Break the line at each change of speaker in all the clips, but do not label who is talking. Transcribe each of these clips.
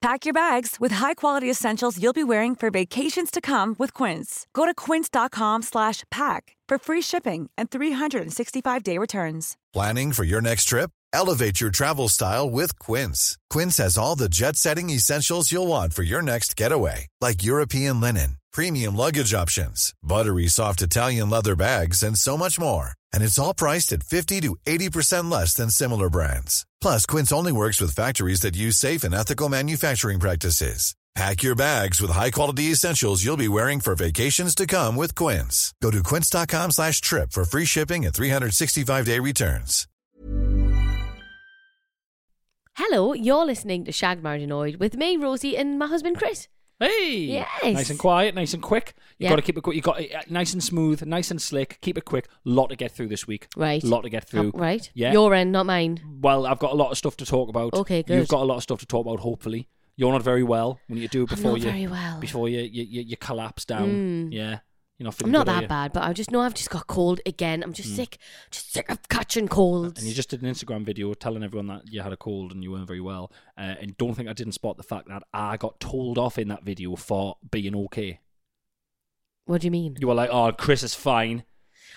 Pack your bags with high-quality essentials you'll be wearing for vacations to come with Quince. Go to quince.com/pack for free shipping and 365-day returns.
Planning for your next trip? Elevate your travel style with Quince. Quince has all the jet-setting essentials you'll want for your next getaway, like European linen, premium luggage options, buttery soft Italian leather bags, and so much more. And it's all priced at 50 to 80% less than similar brands. Plus, Quince only works with factories that use safe and ethical manufacturing practices. Pack your bags with high-quality essentials you'll be wearing for vacations to come with Quince. Go to quince.com slash trip for free shipping and 365-day returns.
Hello, you're listening to Shag Marinoid with me, Rosie, and my husband Chris.
Hey,
Yes.
nice and quiet, nice and quick. You
Yeah.
have got to keep it quick. You got it uh, nice and smooth, nice and slick. Keep it quick. Lot to get through this week.
Right.
Lot to get through.
Oh, right.
Yeah.
Your end, not mine.
well, I've got a lot of stuff to talk about.
Okay, good.
You've got a lot of stuff to talk about. Hopefully, you're not very well. We need to do it
I'm
before
not
you
very well. Hmm.
before you you, you, you collapse down. Yeah, you're not.
I'm
Feeling
not
good, are
that
you? Hmm.
bad, but I just know I've just got cold again. I'm just sick. Just sick of catching colds.
And you just did an Instagram video telling everyone that you had a cold and you weren't very well. Uh, and don't think I didn't spot the fact that I got told off in that video for being okay.
What do you mean?
You were like, "Oh, Chris is fine."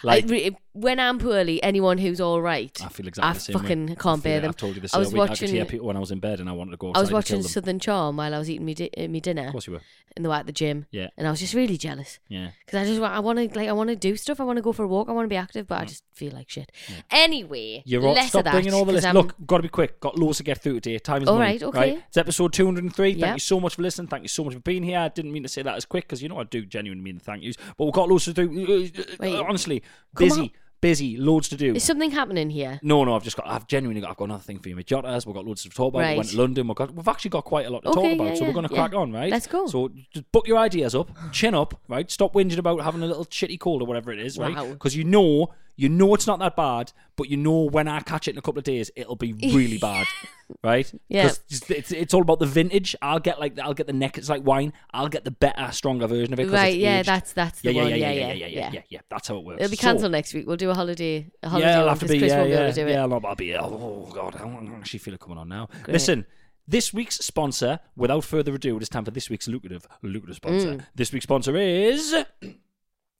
I re- when I'm poorly, anyone who's all right,
I feel exactly
I
the same. way.
fucking
I
can't
feel
bear
it.
them.
I've told you this.
I
the
was
other week. I could hear
watching-
people when I was in bed and I wanted to go outside.
I was
and kill
watching
them.
Southern Charm while I was eating me, di- uh, me dinner
Of course you were.
in the way at the gym.
Yeah.
and I was just really jealous
Yeah.
because I just wa- I want to like I want to do stuff. I want to go for a walk. I want to be active, but I just feel like shit. Anyway,
Mm. You're all,
less
stop
of that,
bringing all the
'cause
list.
I'm-
Look, got to be quick. Got loads to get through today. Time's
All
money,
right, okay.
It's episode 203.
Yeah.
Thank you so much for listening. Thank you so much for being here. I didn't mean to say that as quick because you know I do genuinely mean the thank yous. But we've got loads to do. Uh,
Wait.
Honestly,
Come
busy,
on.
busy, loads to do.
is something happening here?
No, no, I've just got. I've genuinely got. I've got another thing for you, mate. Jotters. We've got loads to talk about.
Right.
We went to London. We've got. We've actually got quite a lot to
Okay,
talk about.
yeah,
so
yeah,
we're going to
yeah.
crack on, right?
Let's go.
So just book your ideas up, chin up, right? Stop whinging about having a little shitty cold or whatever it is, right?
Wow.
Because you know, you know it's not that bad, but you know when I catch it in a couple of days, it'll be really bad, right?
Yeah.
'Cause it's, it's, it's all about the vintage. I'll get like I'll get the neck. It's like wine. I'll get the better, stronger version of it. 'cause
Right,
it's
yeah,
aged.
that's- that's the
yeah,
one.
Yeah,
Yeah,
yeah, yeah,
yeah,
yeah, yeah, yeah,
yeah.
yeah, yeah. That's how it works.
It'll be
So-
cancelled next week. We'll do a holiday. A holiday
yeah, I'll
one
have to
'cause
be.
Chris
yeah,
won't be
yeah,
able to do
yeah,
it.
I'll, I'll be. Oh god, I don't actually feel it coming on now. Listen, this week's sponsor. Without further ado, it is time for this week's lucrative, lucrative sponsor.
Mm.
This week's sponsor is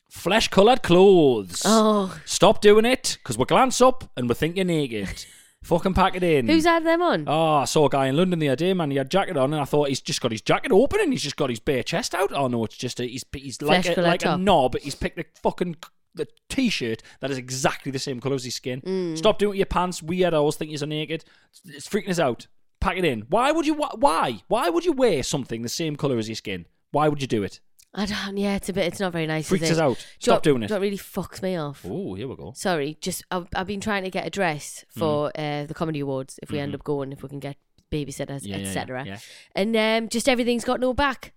flesh coloured clothes.
Oh,
Stop doing it, because we glance up and we think you're naked. Fucking pack it in.
who's had them on?
Oh, I saw a guy in London the other day, man. He had a jacket on, and I thought he's just got his jacket open and he's just got his bare chest out. Oh no, it's just a, he's he's like
Flesh
a,
colour
like a
top.
knob. He's picked a fucking c- the t-shirt that is exactly the same colour as his skin.
Mm.
Stop doing it with your pants. Weirdos think you're naked. It's, it's freaking us out. Pack it in. Why would you? wa- Why? Why would you wear something the same colour as your skin? Why would you do it?
I don't. Yeah, it's a bit. It's not very nice.
Freaks
is it?
us out.
Do you
Stop
what-
doing
do you
it.
know What really fucks me off.
Oh, here we go.
Sorry, just I've, I've been trying to get a dress
Mm.
for uh, the comedy awards. If we end up going, if we can get babysitters,
Mm-hmm. Yeah, yeah, yeah,
etc.
yeah.
And um, just everything's got no back.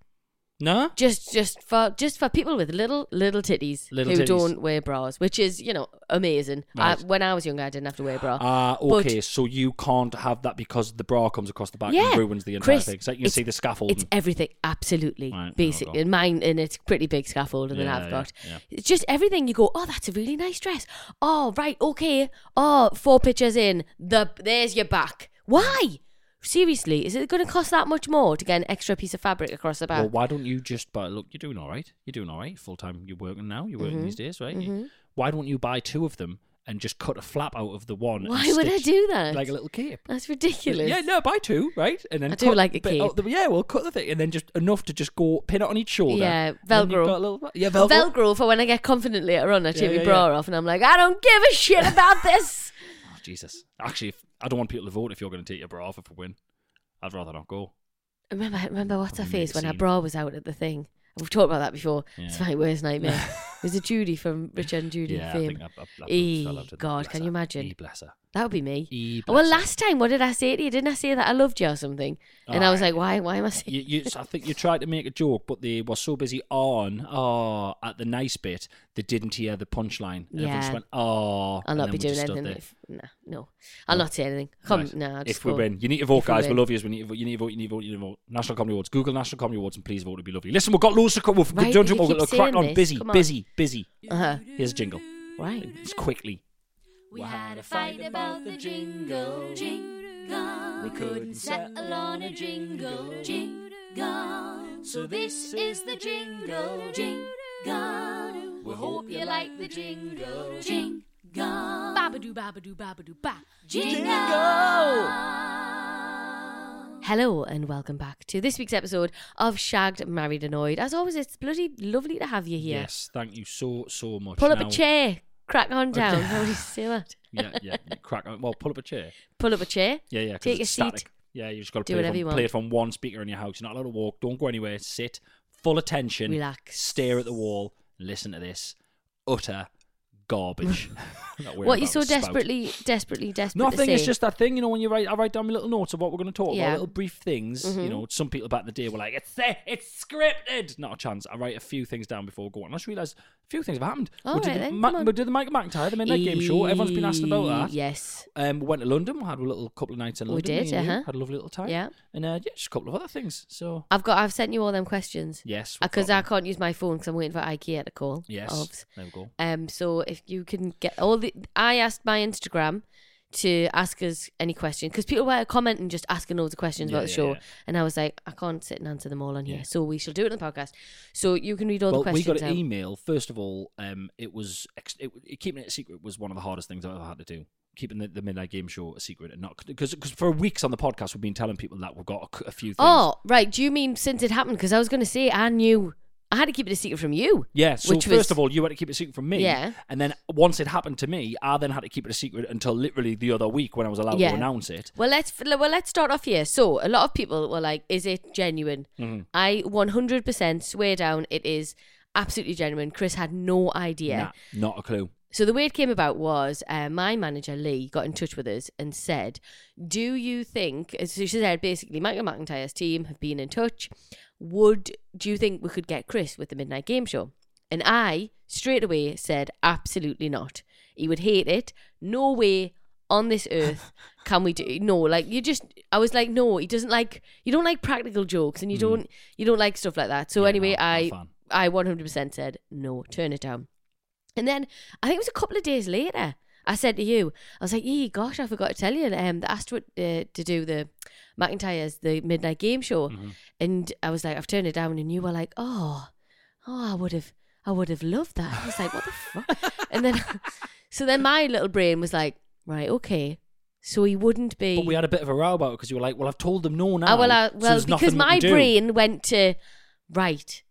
No.
Just just for just for people with little little titties
Little
who
titties.
don't wear bras, which is you know amazing.
Right.
I, when I was younger, I didn't have to wear a bra.
Ah,
But-
okay. so you can't have that because the bra comes across the back
yeah,
and ruins the entire
Chris,
thing. So you can
it's-
see the scaffolding.
It's everything, absolutely,
Right,
basically.
okay.
And mine, and it's pretty big scaffolding that
Yeah,
I've
yeah,
got.
yeah.
It's just everything. You go, oh, that's a really nice dress. Oh, right, okay. Oh, four pictures in. The there's your back. Why? Seriously, is it going to cost that much more to get an extra piece of fabric across the back?
Well, why don't you just buy? Look, you're doing all right. You're doing all right. Full time. You're working now. You're
Mm-hmm.
working these days, right? Why don't you buy two of them and just cut a flap out of the one? and
Why would I
stitch
do that?
Like a little cape.
that's ridiculous.
Yeah, no, buy two, right? And then
I do
cut
like a
bit out the- yeah, well, cut the thing and then just enough to just go pin it on each shoulder.
Yeah,
and then you've
Velcro.
got a little- yeah, Velcro.
Velcro. for when I get confident later on, I take
yeah,
my bra
yeah.
off and I'm like, I don't give a shit about this.
Oh, Jesus. Actually, if, I don't want people to vote if you're going to take your bra off if we win. I'd rather not go.
Remember, remember what's her
Fucking
face when her
mixing.
bra was out at the thing. We've talked about that before. It's
Yeah.
my worst nightmare. Was it Judy from Richard and Judy
Yeah,
fame?
I think I, I, I
Eh,
fell out with-
God,
bless
can
her.
you imagine?
Eh, bless her.
That would be me.
E
Oh, well,
bless her.
last time, what did I say to you? Didn't I say that I loved you or something? And I was like, why? Why am I saying?
You, you, I think you tried to make a joke, but they were so busy on oh at the nice bit they didn't hear the punchline. And Everyone
Yeah.
just went oh.
I'll
and
not be
then we
doing
just stood
anything.
there.
If, nah, no, I'll not say anything. Come,
Right.
nah. I'll just
if we
go.
win, you need to vote,
If we
guys. We
win.
love you. We need to vote. You need to vote. You need to vote. You need to vote. National Comedy Awards. Google National Comedy Awards and please vote. It'd be lovely. Listen, we've got loads to come. We've
Right,
done
you
to we'll
keep
we'll crack
saying
on.
this.
Busy,
Come on.
busy, busy.
Uh-huh.
Here's a jingle.
Right.
Just quickly.
We had a fight about the jingle, jingle. We couldn't settle on a jingle, jingle. So this is the jingle, jingle. We hope you like the jingle, jingle. Babadoo, babadoo, babadoo, ba. Jingle.
Hello and welcome back to this week's episode of Shagged, Married, Annoyed. As always, it's bloody lovely to have you here.
Yes. Thank you so so much.
Pull up
Now- Oh,
a chair, crack on down. How do you say that?
Yeah, yeah. Crack on. Well, pull up a chair.
Pull up a chair.
Yeah, yeah. 'cause
Take a
it's
seat.
static. Yeah, you just got to
Do
play, it
whatever
from,
you
play
want.
it from one speaker in your house. You're not allowed to walk. Don't go anywhere. Sit. Full attention.
Relax.
Stare at the wall. Listen to this. Utter garbage. That we're
What you
about
so
to spout.
desperately, desperately, desperately
Nothing. It's
say.
just that thing, you know. When you write, I write down my little notes of what we're going to talk about,
Yeah. Mm-hmm.
little brief things. You know, some people back in the day were like, "It's there, it's scripted." Not a chance. I write a few things down before going. I just realised a few things have happened.
All
we, did
right
the,
then,
Ma-
come on.
we did the Michael McIntyre, the midnight game show. Everyone's been asking about that.
Yes.
Um, we went to London. We had a little couple of nights in
We
London.
did,
me and you.
uh-huh.
Had a lovely little time.
Yeah.
And uh, yeah, just a couple of other things. So
I've got. I've sent you all them questions.
yes, we've
Because
got
I
them.
can't use my phone because I'm waiting for IKEA to call.
Yes.
Obvs.
There we go.
Um. So if you can get all the, I asked my Instagram to ask us any question because people were commenting just asking loads of questions
Yeah,
about the
yeah,
show,
yeah.
and I was like, I can't sit and answer them all on
Yeah.
here. So we shall do it in the podcast. So you can read all
well,
the
we
questions.
got an
out.
email. First of all, um, it was ex- it, it, keeping it a secret was one of the hardest things I've ever had to do. Keeping the, the midnight game show a secret and not because for weeks on the podcast we've been telling people that we've got a, c- a few things.
Oh, right. Do you mean since it happened? Because I was going to say I knew. I had to keep it a secret from you.
Yeah, so
which
first
was-
of all, you had to keep it secret from me.
Yeah.
And then once it happened to me, I then had to keep it a secret until literally the other week when I was allowed
Yeah.
to announce it.
Well, let's well let's start off here. So a lot of people were like, "Is it genuine?"
Mm-hmm.
I 100% swear down it is absolutely genuine. Chris had no idea.
Nah, not a clue.
So the way it came about was uh, my manager Lee got in touch with us and said, "Do you think?" uh, So she said basically, Michael McIntyre's team have been in touch. Would do you think we could get Chris with the Midnight Game Show? And I straight away said, "Absolutely not. He would hate it. No way." On this earth, can we do no? Like you just, I was like, no, he doesn't like. You don't like practical jokes, and you don't, you don't like stuff like that. So
Yeah,
anyway,
not- not a
I,
fan.
I one hundred percent said no, turn it down. And then I think it was a couple of days later, I said to you, I was like, "Yee, gosh, I forgot to tell you, um, they asked what, uh, to do the McIntyre's the midnight game show,"
Mm-hmm.
and I was like, "I've turned it down," and you were like, "Oh, oh, I would have, I would have loved that." I was like, "What the fuck?" and then, so then my little brain was like, "Right, okay." So he wouldn't be.
But we had a bit of a row about it because you were like, "Well, I've told them no now."
Oh, well, I,
so
well,
there's
because
nothing we
my
can do."
brain went to right.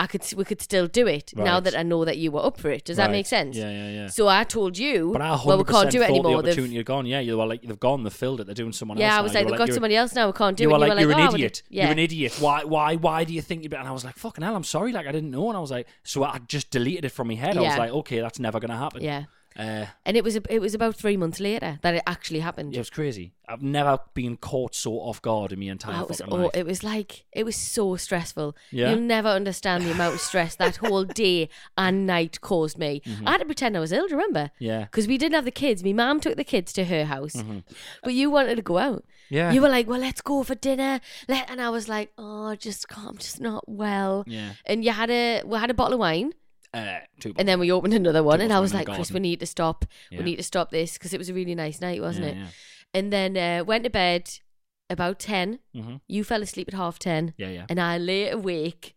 I could s- we could still do it now
Right.
that I know that you were up for it. Does that
Right.
make sense?
Yeah, yeah, yeah.
So I told you,
But I 100%
well, we can't do it
thought
anymore.
The
They've-
opportunity had gone. Yeah, you were like, they've gone, they've filled it, they're doing someone else.
yeah, I was
now. You
like,
were
they've got
you're-
somebody else now. We can't do
you
it.
were
And
like, you're
oh, I
an
would-
idiot.
Yeah.
You're an idiot. Why, why, why do you think you? be-" And I was like, fucking hell, I'm sorry. Like I didn't know, and I was like, so I just deleted it from my head. I was
Yeah.
like, okay, that's never gonna happen.
Yeah.
Uh,
And it was a- it was about three months later that it actually happened.
it was crazy. I've never been caught so off guard in my entire
Wow, it was
fucking
oh,
life.
it was like it was so stressful.
Yeah.
You'll never understand the amount of stress that whole day and night caused me. I had to pretend I was ill. Do you remember?
Mm-hmm. Yeah. Mm-hmm.
Because we didn't have the kids. My mum took the kids to her house, but you wanted to go out.
Yeah.
You were like, "Well, let's go for dinner." Let and I was like, "Oh, I just can't. I'm just not well."
Yeah.
And you had a we had a bottle of wine.
uh, two
And then we opened another one, and I
Double
was
wine in
like,
the
Chris, we
garden."
need to stop.
Yeah.
We need to stop this because it was a really nice night, wasn't
Yeah,
it?
yeah.
And then uh, went to bed about 10.
Mhm.
You fell asleep at half 10.
Yeah, yeah.
And I lay awake.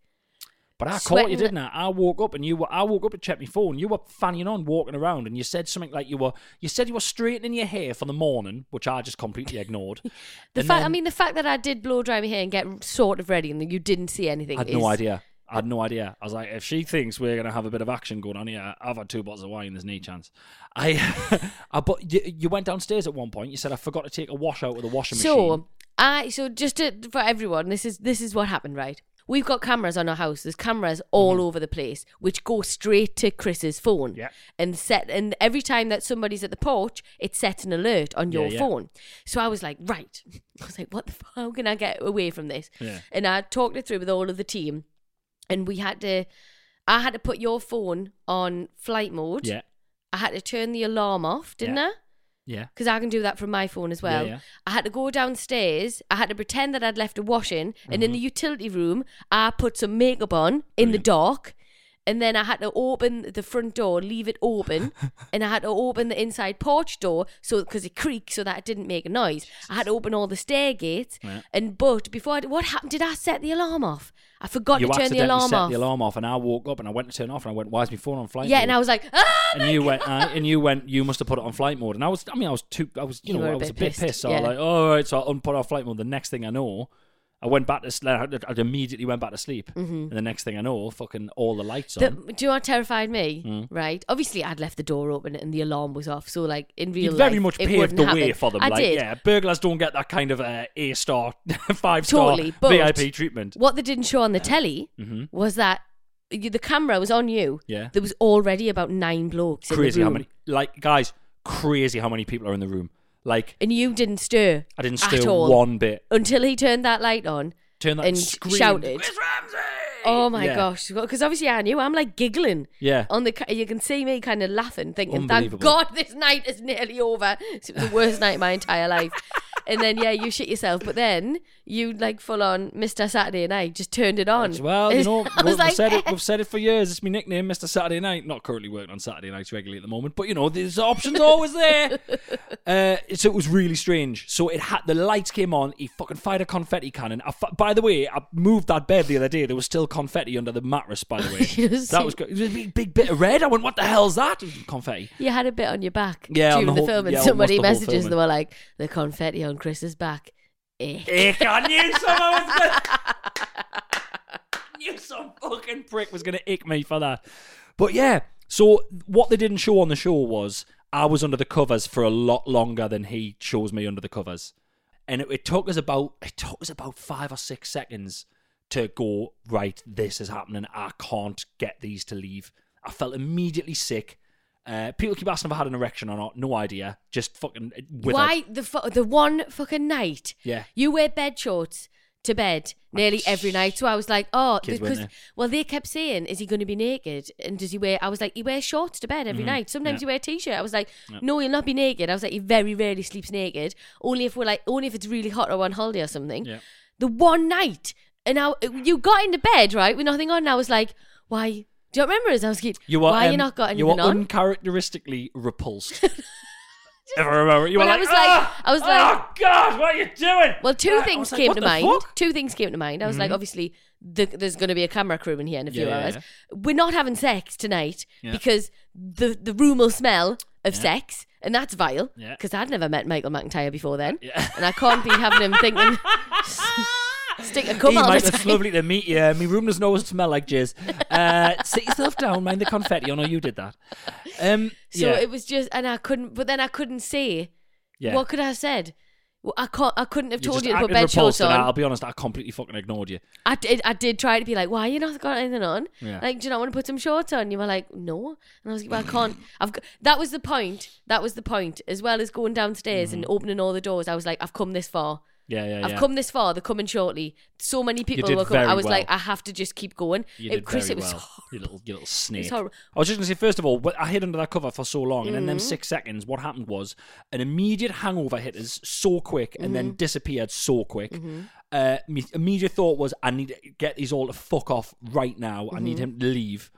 But I caught you,
sweating-
didn't I? I woke up and you were. I woke up to check my phone. You were fanning on, walking around, and you said something like you were. You said you were straightening your hair for the morning, which I just completely ignored.
The
And
fact, I
then-
mean, the fact that I did blow dry my hair and get sort of ready and that you didn't see anything.
I had
is,
no idea. I had no idea. I was like, if she thinks we're gonna have a bit of action going on here, I've had two bottles of wine. There's no chance. I, I but you, you went downstairs at one point. You said I forgot to
um,
take a wash out of the washing machine.
So I so just to, for everyone, this is this is what happened, right? We've got cameras on our house. There's
Mm-hmm.
cameras all over the place, which go straight to Chris's phone.
Yeah.
And set and every time that somebody's at the porch, it sets an alert on your
yeah.
phone. So I was like, right. I was like, what the fuck? How can I get away from this?
Yeah.
And I talked it through with all of the team, and we had to. I had to put your phone on flight mode.
Yeah.
I had to turn the alarm off, didn't
Yeah.
I?
Yeah.
because I can do that from my phone as well.
Yeah, yeah.
I had to go downstairs. I had to pretend that I'd left a washing, and
Mm-hmm.
in the utility room, I put some makeup on in the dark, and then I had to open the front door, leave it open, and I had to open the inside porch door so because it creaked so that it didn't make a noise. I had to open all the stair gates, and but before I did, what happened? Did I set the alarm off? I forgot
you
to turn
accidentally
the alarm
set
off.
the alarm off, and I woke up and I went to turn it off, and I went, "Why is my phone on flight?"
yeah,
mode?
and I was like, ah,
and you went, uh, and you went, you must have put it on flight mode. And I was, I mean, I was too, I was, you,
You
know,
were
I
a
was
bit
a bit pissed.
pissed,
So I
yeah.
was like, oh, all right, so I unput our flight mode. The next thing I know, I went back to, sleep. I immediately went back to sleep. And the next thing I know, fucking all the lights
Mm-hmm. The,
on.
do you know what terrified me?
Hmm.
Right. Obviously, I'd left the door open and the alarm was off. So, like in real
You
life,
very much
it
paved
wouldn't
the
happen.
way for them.
I
like,
did.
yeah, burglars don't get that kind of uh, A star, five star
Totally, but
VIP treatment. Mm-hmm.
What they didn't show on the telly was that you, the camera was on you.
Yeah.
There was already about nine blokes. in the
Crazy how
room.
many, like, guys, crazy how many people are in the room. Like,
And you didn't stir.
I didn't
at
stir
all.
one bit.
until he turned that light on.
Turn that
and
screamed,
shouted.
"Where's Ramsey?"
Oh my
Yeah.
gosh! Because obviously I knew I'm like giggling.
Yeah.
On the ca- you can see me kind of laughing, thinking, "Thank
Unbelievable.
God this night is nearly over." It was the worst night of my entire life. And then yeah, you shit yourself. But then you like full on Mr. Saturday Night just turned it on.
That's- Well, you know,
I
we've,
was like, eh.
said it, we've said it for years. It's my nickname, Mr. Saturday Night. Not currently working on Saturday nights regularly at the moment, but you know, there's options always there. Uh, so it was really strange. So it had the lights came on. He fucking fired a confetti cannon. I fu- by the way, I moved that bed the other day. There was still confetti under the mattress. By the way,
Yes.
that was good. It was a big, big bit of red. I went, "What the hell's that?" It was Confetti.
you had a bit on your back
Yeah, on
during
the
the,
whole-
film, and
yeah, almost
somebody
the whole
messages
film.
they were like, "The confetti on Chris's back." Eh.
Ick, I knew someone was gonna. knew some fucking prick was gonna ick me for that. But yeah, so what they didn't show on the show was I was under the covers for a lot longer than he shows me under the covers, and it, it took us about it took us about five or six seconds to go right. This is happening. I can't get these to leave. I felt immediately sick. Uh, people keep asking if I had an erection or not. No idea. Just fucking. uh, Withered.
Why the fu- the one fucking night?
Yeah.
you wear bed shorts to bed nearly every night. So I was like, oh,
Kids weren't
because
there.
well, they kept saying, is he going to be naked? And does he wear? I was like, he wears shorts to bed
Mm-hmm.
every night. Sometimes he wear a t-shirt. I was like, no, he'll not be naked. I was like, he very rarely sleeps naked. Only if we're like, only if it's really hot or on holiday or something.
Yeah.
The one night, and now you got into bed right with nothing on. And I was like, why? Do you remember us? I was like,
You are,
why
um,
you not got anything
You are
on?
uncharacteristically repulsed. if I remember, you
Well,
were
I
like,
was like-
"Ah!
I was like-
"Oh God, what are you doing?"
Well, two
Ah, I
things
was like,
came
"What
to
the
mind.
fuck?" Mm-hmm.
Two things came to mind. I was like, obviously, the, there's going to be a camera crew in here in a few
Yeah, yeah,
hours.
yeah.
We're not having sex tonight
Yeah.
because the the room will smell of sex, and that's vile.
Yeah.
Because I'd never met Michael McIntyre before then,
Yeah.
and I can't be having him thinking stick a cum
Hey,
out
Mike,
of his
it's lovely to meet you. My room doesn't always smell like jizz. Uh, sit yourself down, mind the confetti. I know you did that. Um,
So
yeah,
it was just, and I couldn't. But then I couldn't say
yeah.
what could I have said. Well, I can't. I couldn't have
You
told
just
you to put
acted
bed shorts
repulsed, and
on.
I'll be honest, I completely fucking ignored you.
I did, I did try to be like, why you not got anything on?
Yeah.
Like, do you not want to put some shorts on? You were like, no. And I was like, well, I can't. I've got, that was the point. That was the point. As well as going downstairs and opening all the doors, I was like, I've come this far.
Yeah, Mm-hmm. yeah, yeah.
I've come this far. They're coming shortly. So many people
did
were coming. I
very
was like,
well.
I have to just keep going.
You
It-
did
Chris,
very
it was
well. You little, you little snake. I
horrible. Mm.
was just going to say, first of all, wh- I hid under that cover for so long, and in them six seconds, what happened was an immediate hangover hit us so quick, and
Mm-hmm.
then disappeared so quick. Uh, my immediate thought was, I need to get these all to fuck off right now. I
Mm-hmm.
need him to leave.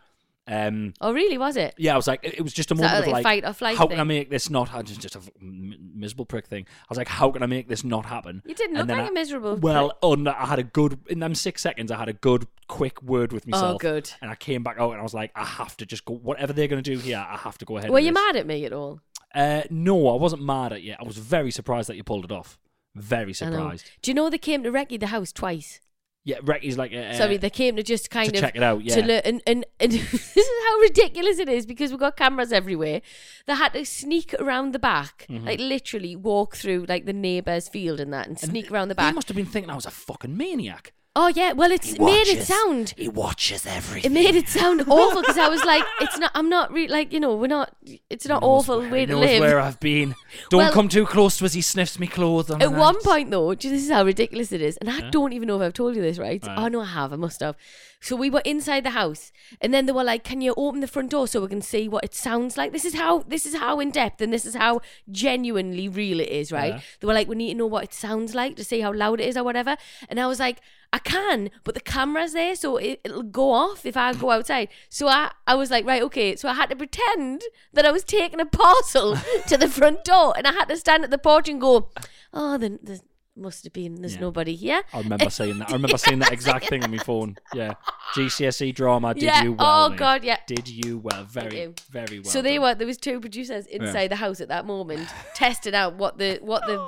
Um,
Oh, really? Was it?
yeah, I was like, it it was just a
Is that
moment
like
of
a
like,
fight or flight
how
thing?
can I make this not? I just just a f- m- miserable prick thing. I was like, how can I make this not happen?
You didn't
And
look
then
like
I-
a miserable
Well, oh, no, I had a good in them six seconds. I had a good quick word with myself.
Oh, good.
And I came back out and I was like, I have to just go. Whatever they're going to do here, I have to go ahead.
Were
with
you
this.
mad at me at all?
Uh, no, I wasn't mad at you. I was very surprised that you pulled it off. Very
I know.
surprised.
Do you know they came to Recky the house twice?
Yeah, Recky's like, uh,
Sorry, they came to just kind
to
of
check it out,
To
yeah.
learn, and, and, and this is how ridiculous it is because we've got cameras everywhere. They had to sneak around the back,
Mm-hmm.
like literally walk through like the neighbour's field and that, and
and
sneak around the
They
back.
must have been thinking I was a fucking maniac.
Oh yeah, well it's made it sound.
He watches
It
everything.
made it sound awful because I was like, it's not. I'm not re- like you know, we're not. It's not awful way
He
to
knows
live.
where I've been. Don't
Well-
come too close to us. He sniffs me clothes. On
At
the
one
night.
point, though, do you- this is how ridiculous it is, and I don't even know if I've told you this, right? Oh no, I have. I must have. So we were inside the house, and then they were like, "Can you open the front door so we can see what it sounds like?" This is how this is how in depth, and this is how genuinely real it is, right?
Yeah.
They were like, "We need to know what it sounds like to see how loud it is or whatever," and I was like. I can, but the camera's there, so it, it'll go off if I go outside. So I, I was like, right, okay. So I had to pretend that I was taking a parcel to the front door, and I had to stand at the porch and go, oh, then there must have been there's
Yeah. Oh,
nobody here.
I remember saying that. I remember saying that exact thing on my phone. Yeah. GCSE E drama. Did
Yeah.
you well?
Oh,
mate.
God, yeah.
Did you well? Very,
do.
very well.
so they
done.
were there was two producers inside the house at that moment testing out what the what the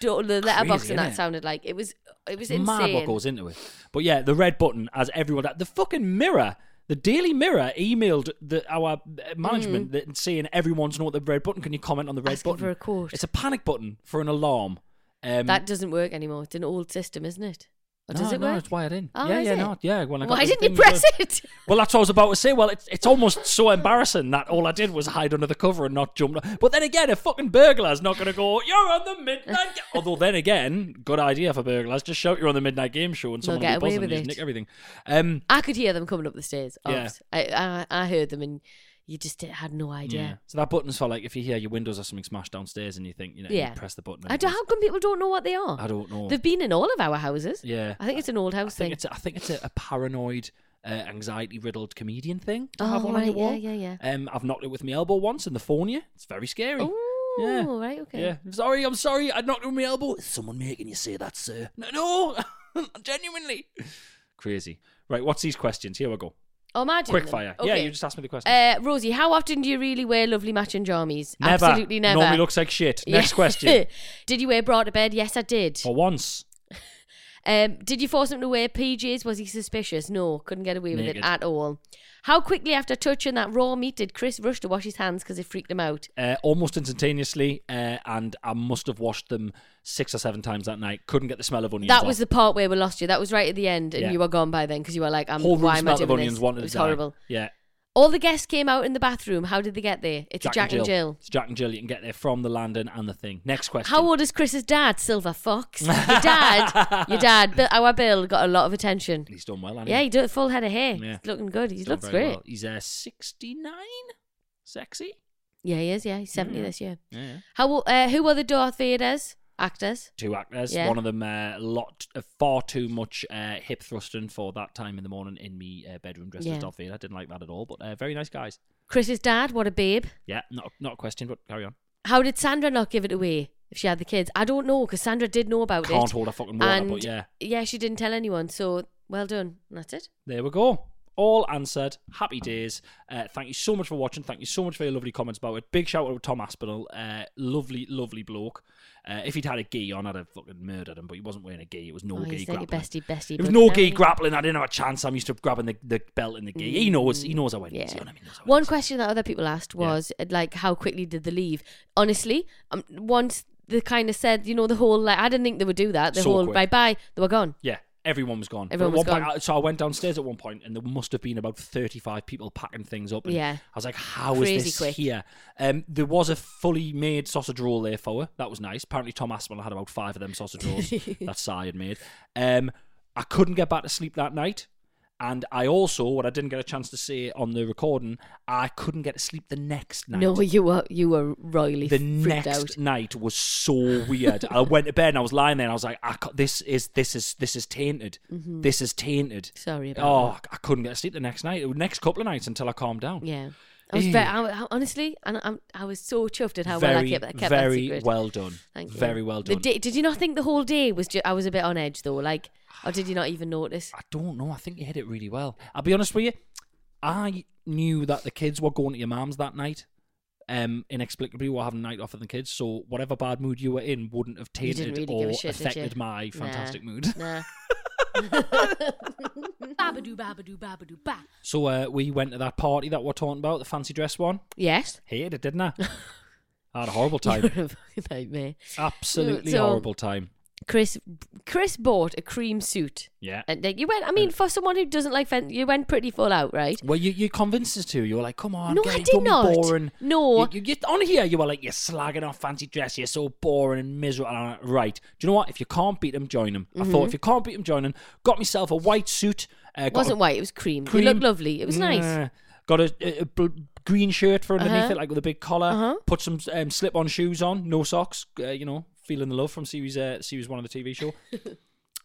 door, the letterbox
Crazy,
and that
innit?
sounded like. It was it was
Mad what
insane.
goes into it. But yeah, the red button, as everyone, the fucking mirror, the Daily Mirror emailed the, our uh, management that, saying everyone's know what the red button. Can you comment on the red
Mm. Asking
button?
for a quote.
It's a panic button for an alarm. Um,
That doesn't work anymore. It's an old system, isn't it? Or does
no,
it
no,
work?
it's wired in.
Oh,
yeah,
is
yeah,
it?
no, yeah. When I got
Why
the
didn't
thing uh,
you
as well.
press it?
Well, that's what I was about to say. Well, it's it's almost so embarrassing that all I did was hide under the cover and not jump. But then again, a fucking burglar's not going to go. You're on the midnight. Ga-" Although then again, good idea for burglars. Just shout you're on the midnight game show and
They'll
someone
get
will be
away
buzzing
with
and just
it.
nick everything. Um,
I could hear them coming up the stairs.
Yeah.
obs. I, I I heard them and you just did, had no
yeah.
idea.
So that button's for like if you hear your windows or something smashed downstairs and you think you know,
Yeah.
you press the button. and
I
it
don't,
goes-
how come people don't know what they are?
I don't know.
They've been in all of our houses.
Yeah.
I think it's an old
I
house
think
thing.
it's a, I think it's a, a paranoid, uh, anxiety-riddled comedian thing. to
Oh,
have one on your
right, yeah,
wall.
yeah, yeah.
Um, I've knocked it with my elbow once in the phone. It's very scary.
Oh,
Yeah.
right, okay.
Yeah, I'm sorry, I'm sorry. I knocked on my elbow. Is someone making you say that, sir? No, no, genuinely. Crazy. Right, what's these questions? Here we go.
Oh, imagine
Quick
them.
fire.
Okay.
Yeah, you just asked me the question.
Uh, Rosie, how often do you really wear lovely matching jammies?
never.
Absolutely never.
Normally looks like shit. Next
Yeah.
question. Oh.
did you wear bra to bed? Yes, I did.
For once,
Um, did you force him to wear PJs? Was he suspicious? No, couldn't get away with
Naked.
it at all. How quickly after touching that raw meat did Chris rush to wash his hands because it freaked him out?
uh, almost instantaneously, uh, and I must have washed them six or seven times that night. Couldn't get the smell of onions.
That
off.
was the part where we lost you. That was right at the end, and
Yeah.
you were gone by then because you were like, "I'm
whole room
why am I
smelled
doing
of onions.
this?"
Wanted
it was
to die.
horrible.
Yeah.
All the guests came out in the bathroom. How did they get there? It's a Jack and Jill.
It's Jack and Jill. You can get there from the landing and the thing. Next question.
How old is Chris's dad, Silver Fox? Your dad, your dad, Bill, our Bill, got a lot of attention.
He's done well. hasn't
Yeah, he did a full head of hair.
Yeah.
He's looking good. He
He's done
looks
very
great.
well. He's uh, 69. Sexy.
Yeah, he is. Yeah, he's 70 this year.
Yeah.
How? o- Uh, who were the Darth Vaders? Actors?
Two actors.
Yeah.
One of them uh, lot uh, far too much uh, hip thrusting for that time in the morning in me uh, bedroom dressed
Yeah.
as Darth Vader. I didn't like that at all, but uh, very nice guys.
Chris's dad, what a babe.
Yeah, not not a question, but carry on.
How did Sandra not give it away if she had the kids? I don't know because Sandra did know about
Can't
it.
hold a fucking water,
and
but yeah,
yeah, she didn't tell anyone. So well done. And That's it.
there we go. All answered. Happy days. Uh, thank you so much for watching. Thank you so much for your lovely comments about it. Big shout out to Tom Aspinall. Uh, lovely, lovely bloke. Uh, if he'd had a gi on, I'd have fucking murdered him, but he wasn't wearing a gi. It was no
oh,
gi
he's like your
grappling.
bestie, bestie.
It was
bud
no
now,
gay
isn't he?
grappling. I didn't have a chance. I'm used to grabbing the, the belt and the gi. He knows. He knows I went. Yeah.
Yeah.
what I mean? He knows I went
One
easy.
question that other people asked was uh, like, how quickly did they leave? Honestly, um, once they kind of said, you know, the whole like, I didn't think they would do that. The
So
whole
quick.
bye bye, they were gone.
Yeah. Everyone was gone. But
Everyone
at
was
one point-
gone.
I- so I went downstairs at one point, and there must have been about thirty-five people packing things up. And
Yeah.
I was like, "How is
Crazy
this
quick.
here?" Um, there was a fully made sausage roll there for her. That was nice. Apparently, Tom Aspinall had about five of them sausage rolls that Si had made. Um, I couldn't get back to sleep that night. And I also, what I didn't get a chance to say on the recording, I couldn't get to sleep the next night.
No, you were you were royally
the
freaked out.
next night was so weird. I went to bed and I was lying there and I was like, I ca- "This is this is this is tainted.
Mm-hmm.
This is tainted."
Sorry about
Oh, I couldn't get to sleep the next night. The next couple of nights until I calmed down.
Yeah, I was
Eh.
very, I, I- honestly, and I'm, I was so chuffed at how
very,
well I kept, I kept that
very
secret.
well done.
Thank you.
Very well
The
done.
day, did you not think the whole day was? Ju- I was a bit on edge though. Like, or did you not even notice?
I don't know. I think you hit it really well. I'll be honest with you. I knew that the kids were going to your mom's that night. Um, inexplicably, we were having a night off with the kids, so whatever bad mood you were in wouldn't have
You didn't
tainted
really
or
give a shit, did you?
affected my
Nah.
fantastic mood.
Nah.
Babadoo, babadoo, babadoo, ba.
So uh, we went to that party that we're talking about, the fancy dress one.
Yes.
Hated it, didn't I? I had a horrible
You were a
time.
fucking nightmare.
Absolutely
So-
horrible time.
Chris Chris bought a cream suit.
Yeah.
And like, you went. I mean,
Uh,
for someone who doesn't like Fenty, you went pretty full out, right?
Well, you, you convinced us to. You were like, come on,
No,
get
I
it,
did
don't be
not.
boring.
No.
You, you, you, on here, you were like, you're slagging off fancy dress. You're so boring and miserable. And I'm like, right. Do you know what? If you can't beat them, join them. I thought, if you can't beat them, join them. Got myself a white suit. Uh,
It
got
wasn't
a
white. It Mm-hmm. was cream.
cream- Mm.
You looked lovely. It was nice.
Nah. Got a, a- a bl- green shirt for underneath
Uh-huh.
it, like with a big collar.
Uh-huh.
Put some um, slip-on shoes on, no socks. Uh, you know, feeling the love from series uh, series one of the TV show.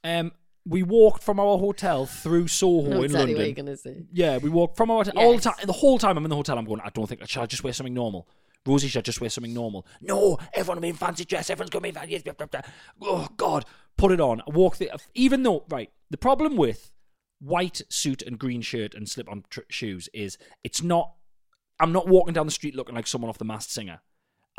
um, we walked from our hotel through Soho
I know
Oh, in
exactly
London.
what you're gonna say.
Yeah, we walked from our all the
Yes.
time. The whole time I'm in the hotel, I'm going. I don't think should I just wear something normal. Rosie should I just wear something normal. No, everyone will be in fancy dress. Everyone's going to be in fancy. yes, blah, blah, blah. Oh God, put it on. I walk the even though right. The problem with white suit and green shirt and slip on tr- shoes is it's not. I'm not walking down the street looking like someone off the Masked Singer.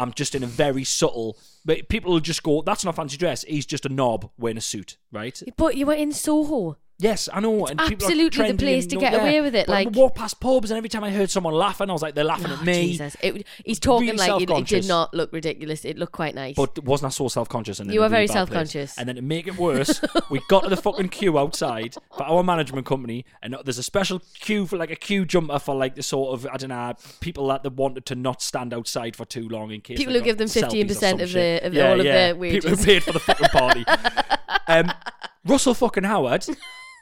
I'm just in a very subtle. But people will just go, "That's not fancy dress. He's just a knob wearing a suit, right?"
But you were in Soho.
Oh, Yes, I know. and people are
absolutely the
trendy and
place to
no-
get
yeah.
away with it,
But I
like-
walked past pubs, and every time I heard someone laughing, I was like, "They're laughing
Oh,
at me."
Jesus. It, he's talking
Really
like it, it
self-conscious.
did not look ridiculous. It looked quite nice.
But wasn't I so self conscious?
You were very self-conscious.
And then to make it worse, we got to the fucking queue outside for our management company, and there's a special queue for like a queue jumper for like the sort of I don't know people that they wanted to not stand outside for too long in case
People
they
who
got
give them
selfies or
15%
some
of their-
shit.
of
yeah,
all of
yeah.
their
People
wages.
who paid for the fucking party. um, Russell fucking Howard.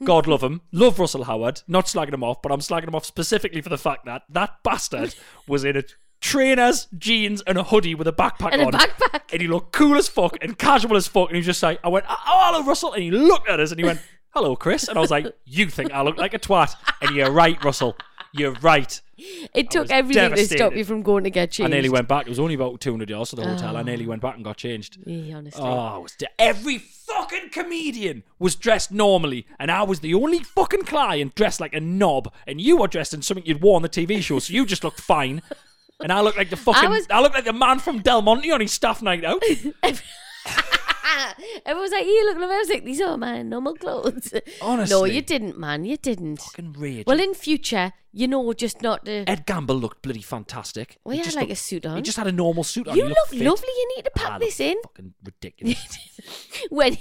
God love him. Love Russell Howard. Not slagging him off, but I'm slagging him off specifically for the fact that that bastard was in a trainers, jeans, and a hoodie with a backpack
And a
on.
backpack.
And he looked cool as fuck and casual as fuck. And he was just like, I went, oh, hello, Russell. And he looked at us and he went, hello, Chris. And I was like, you think I look like a twat. And you're right, Russell. You're right.
it took
was
everything to stop
devastated.
you from going to get changed.
I nearly went back. It was only about 200 yards to the hotel. I
Ah.
nearly went back and got changed.
Yeah, honestly.
Oh, I was de- every fucking comedian was dressed normally, and I was the only fucking client dressed like a knob, and you were dressed in something you'd wore on the TV show, so you just looked fine. And I looked like the fucking I,
was-
looked like the man from Del Monte on his staff night out.
Everyone was like, "You look lovely." Ah, I was like, "These are my normal clothes." no,
Honestly.
you didn't, man. You didn't.
fucking rage.
Well, in future, you know, just not to.
Ed Gamble looked bloody fantastic.
Well, he had,
just
like, a suit on.
He just had a normal suit on.
you
He
look
looked
lovely.
Oh, fit.
You need to
I
pack
look
this in.
Fucking ridiculous.
when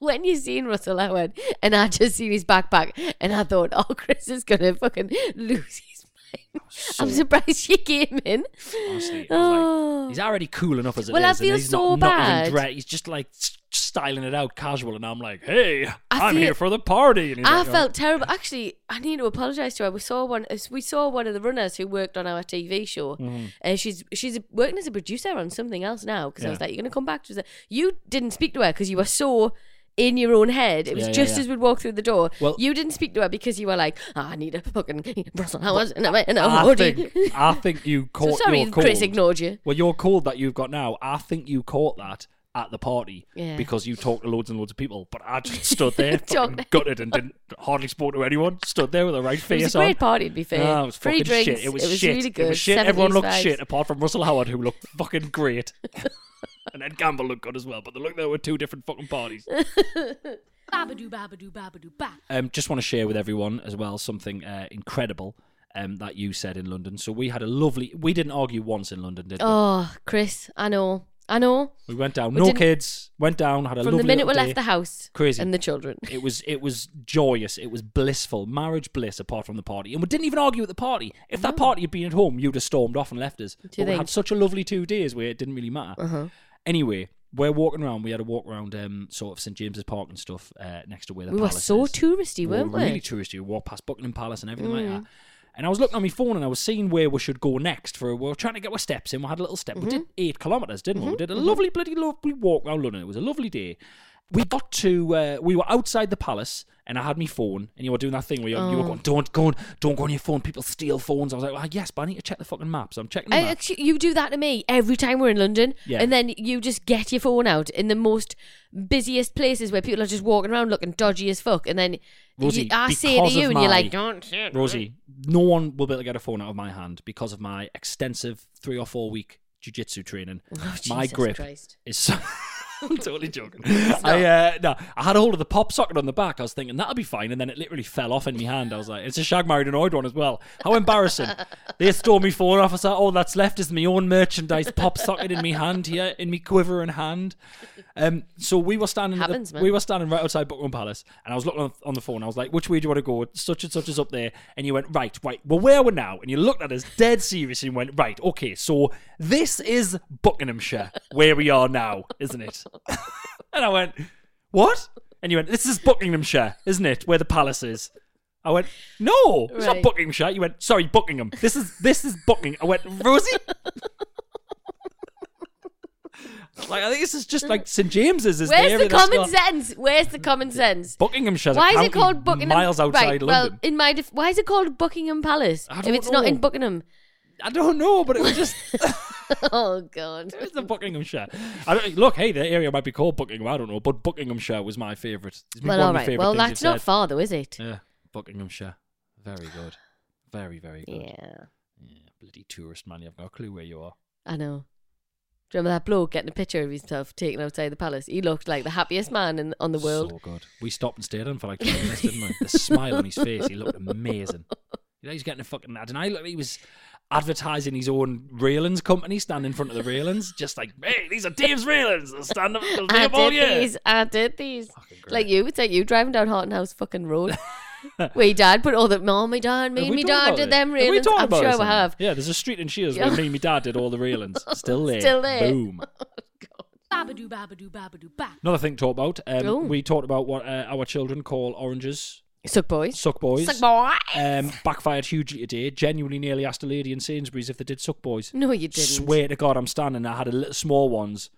when you seen Russell Howard and I just seen his backpack and I thought, oh, Chris is gonna fucking lose his mind. I'm surprised she came in.
Honestly, I was
oh.
like, he's already cool enough as it is.
Well, I feel
and he's
so
not, not
bad.
even dre- He's just like s- styling it out casual, and I'm like, hey,
I
I'm
feel-
here for the party. And he's
I
like, "Oh."
felt terrible. Actually, I need to apologise to her. We saw one. We saw one of the runners who worked on our TV show.
Mm-hmm.
Uh, she's she's working as a producer on something else now. Because I was
Yeah.
like, "You're going to come back to us." You didn't speak to her because you were so in your own head. It was
Yeah, yeah,
just
yeah.
as we'd walk through the door.
Well-
you didn't speak to her because you were like, oh, "I need a fucking Russell Howard." And I'm and I'm
I
already-
think, I think you
So
caught
sorry,
your cold.
Chris ignored you.
Well, your cold that you've got now, I think you caught that at the party
Yeah.
because you talked to loads and loads of people, but I just stood there,
Talked
fucking gutted, and didn't hardly spoke to anyone. Stood there with a right
It
face
was a
on.
great party, to be fair.
Ah, it was
Free
fucking
drinks.
shit. It was, shit.
really good.
It was shit. Everyone
70s
looked
vibes.
shit apart from Russell Howard, who looked fucking great. and Ed Gamble looked good as well. But the look there were two different fucking parties.
Babadoo, babadoo, babadoo, ba.
Um, just want to share with everyone as well something uh, incredible um, that you said in London. So we had a lovely. We didn't argue once in London, did we?
Oh, Chris, I know, I know.
we went down.
we
no
didn't-
kids. Went down. Had a
From
lovely
the minute we
little
left the
day.
house,
Crazy.
and the children.
It was it was joyous. It was blissful. Marriage bliss apart from the party. And we didn't even argue at the party. If that party had been at home, you'd have stormed off and left us. But we
think? Uh-huh.
had such a lovely two days where it didn't really matter. Anyway, we're walking around. We had a walk around um, sort of St James's Park and stuff uh, next to where the
We were
palace
so
is.
touristy, weren't we?
Really touristy. We walked past Buckingham Palace and everything like that. And I was looking on my phone and I was seeing where we should go next. For we were trying to get our steps in. We had a little step. We did eight kilometers, didn't we? We did a lovely bloody lovely walk around London. It was a lovely day. We got to uh, we were outside the palace and I had my phone and you were doing that thing where you, you were going don't go on, don't go on your phone. People steal phones. I was like, well, yes, but I need to check the fucking maps. I'm checking the
I,
map.
actually, you do that to me every time we're in London,
Yeah.
and then you just get your phone out in the most busiest places where people are just walking around looking dodgy as fuck, and then
Rosie,
you, I say to
because of
you, and you're
my-
like, "Don't say it."
Rosie, no one will be able to get a phone out of my hand because of my extensive three or four week jiu-jitsu training.
Oh,
my
Jesus
grip
Christ.
is so I'm totally joking. I uh, no, I had a hold of the pop socket on the back. I was thinking that'll be fine, and then it literally fell off in my hand. I was like, "It's a shag married an old one as well." How embarrassing! they stole me phone off. I said, "All that's left is my own merchandise pop socket in me hand here, in me quiver and hand." Um, so we were standing. at the-
Happens, man.
we were standing right outside Buckingham Palace, and I was looking on, on the phone. I was like, "Which way do you want to go?" Such and such is up there, and you went right, right. Well, where we're now, and you looked at us dead serious and went right. Okay, so this is Buckinghamshire, where we are now, isn't it? and I went, "What?" And you went, "This is Buckinghamshire, isn't it? Where the palace is." I went, "No, it's not
Right.
Buckinghamshire." You went, "Sorry, Buckingham. This is this is Buckingham." I went, "Rosie." Like I think this is just like St James's is
Where's
there
the
and it's
common
not-
sense? Where's the common sense?
Buckinghamshire.
Why is it called Buckingham?
Miles outside
right,
London.
Well, in my def- why is it called Buckingham Palace
I
if
don't
it's not
know.
in Buckingham?
I don't know, but it was just
oh God.
it's the Buckinghamshire. I don't, look, hey, the area might be called Buckingham. I don't know, but Buckinghamshire was my favourite. It's been
Well,
one
all
of my
right.
favourite
Well,
things you've
that's not
said.
far though, is it?
Yeah, Buckinghamshire. Very good. Very very good.
Yeah,
Yeah, bloody tourist man, you have no clue where you are.
I know. Do you remember that bloke getting a picture of himself taken outside the palace? He looked like the happiest man in, on the world.
So good. We stopped and stared at him for like 20 minutes, didn't we? The smile on his face, he looked amazing. You know, he's getting a fucking. I don't know, he looked- he was advertising his own railings company, standing in front of the railings, just like, hey, these are Dave's railings. They'll stand up, they'll be
I
up all
did
year.
these. I did these.
great.
Like you, it's like you driving down Horton House fucking road. Where your dad put all the no, my dad, me,
Have
and
we
me
talked
dad
about
did
it?
them
Have we
railings.
talked
I'm
about
sure
this
we
on here?
have.
Yeah, there's a street in Shears
Yeah.
where me and my dad did all the railings. Still there.
Still there.
Boom.
Babadoo, babadoo, babadoo, ba.
Another thing to talk about.
Ooh.
Um, we talked about what uh, our children call oranges,
Suck boys.
suck boys.
Suck boys.
Um, backfired hugely today. Genuinely nearly asked a lady in Sainsbury's if they did suck boys.
no, you didn't.
Swear to God, I'm standing. I had a little small ones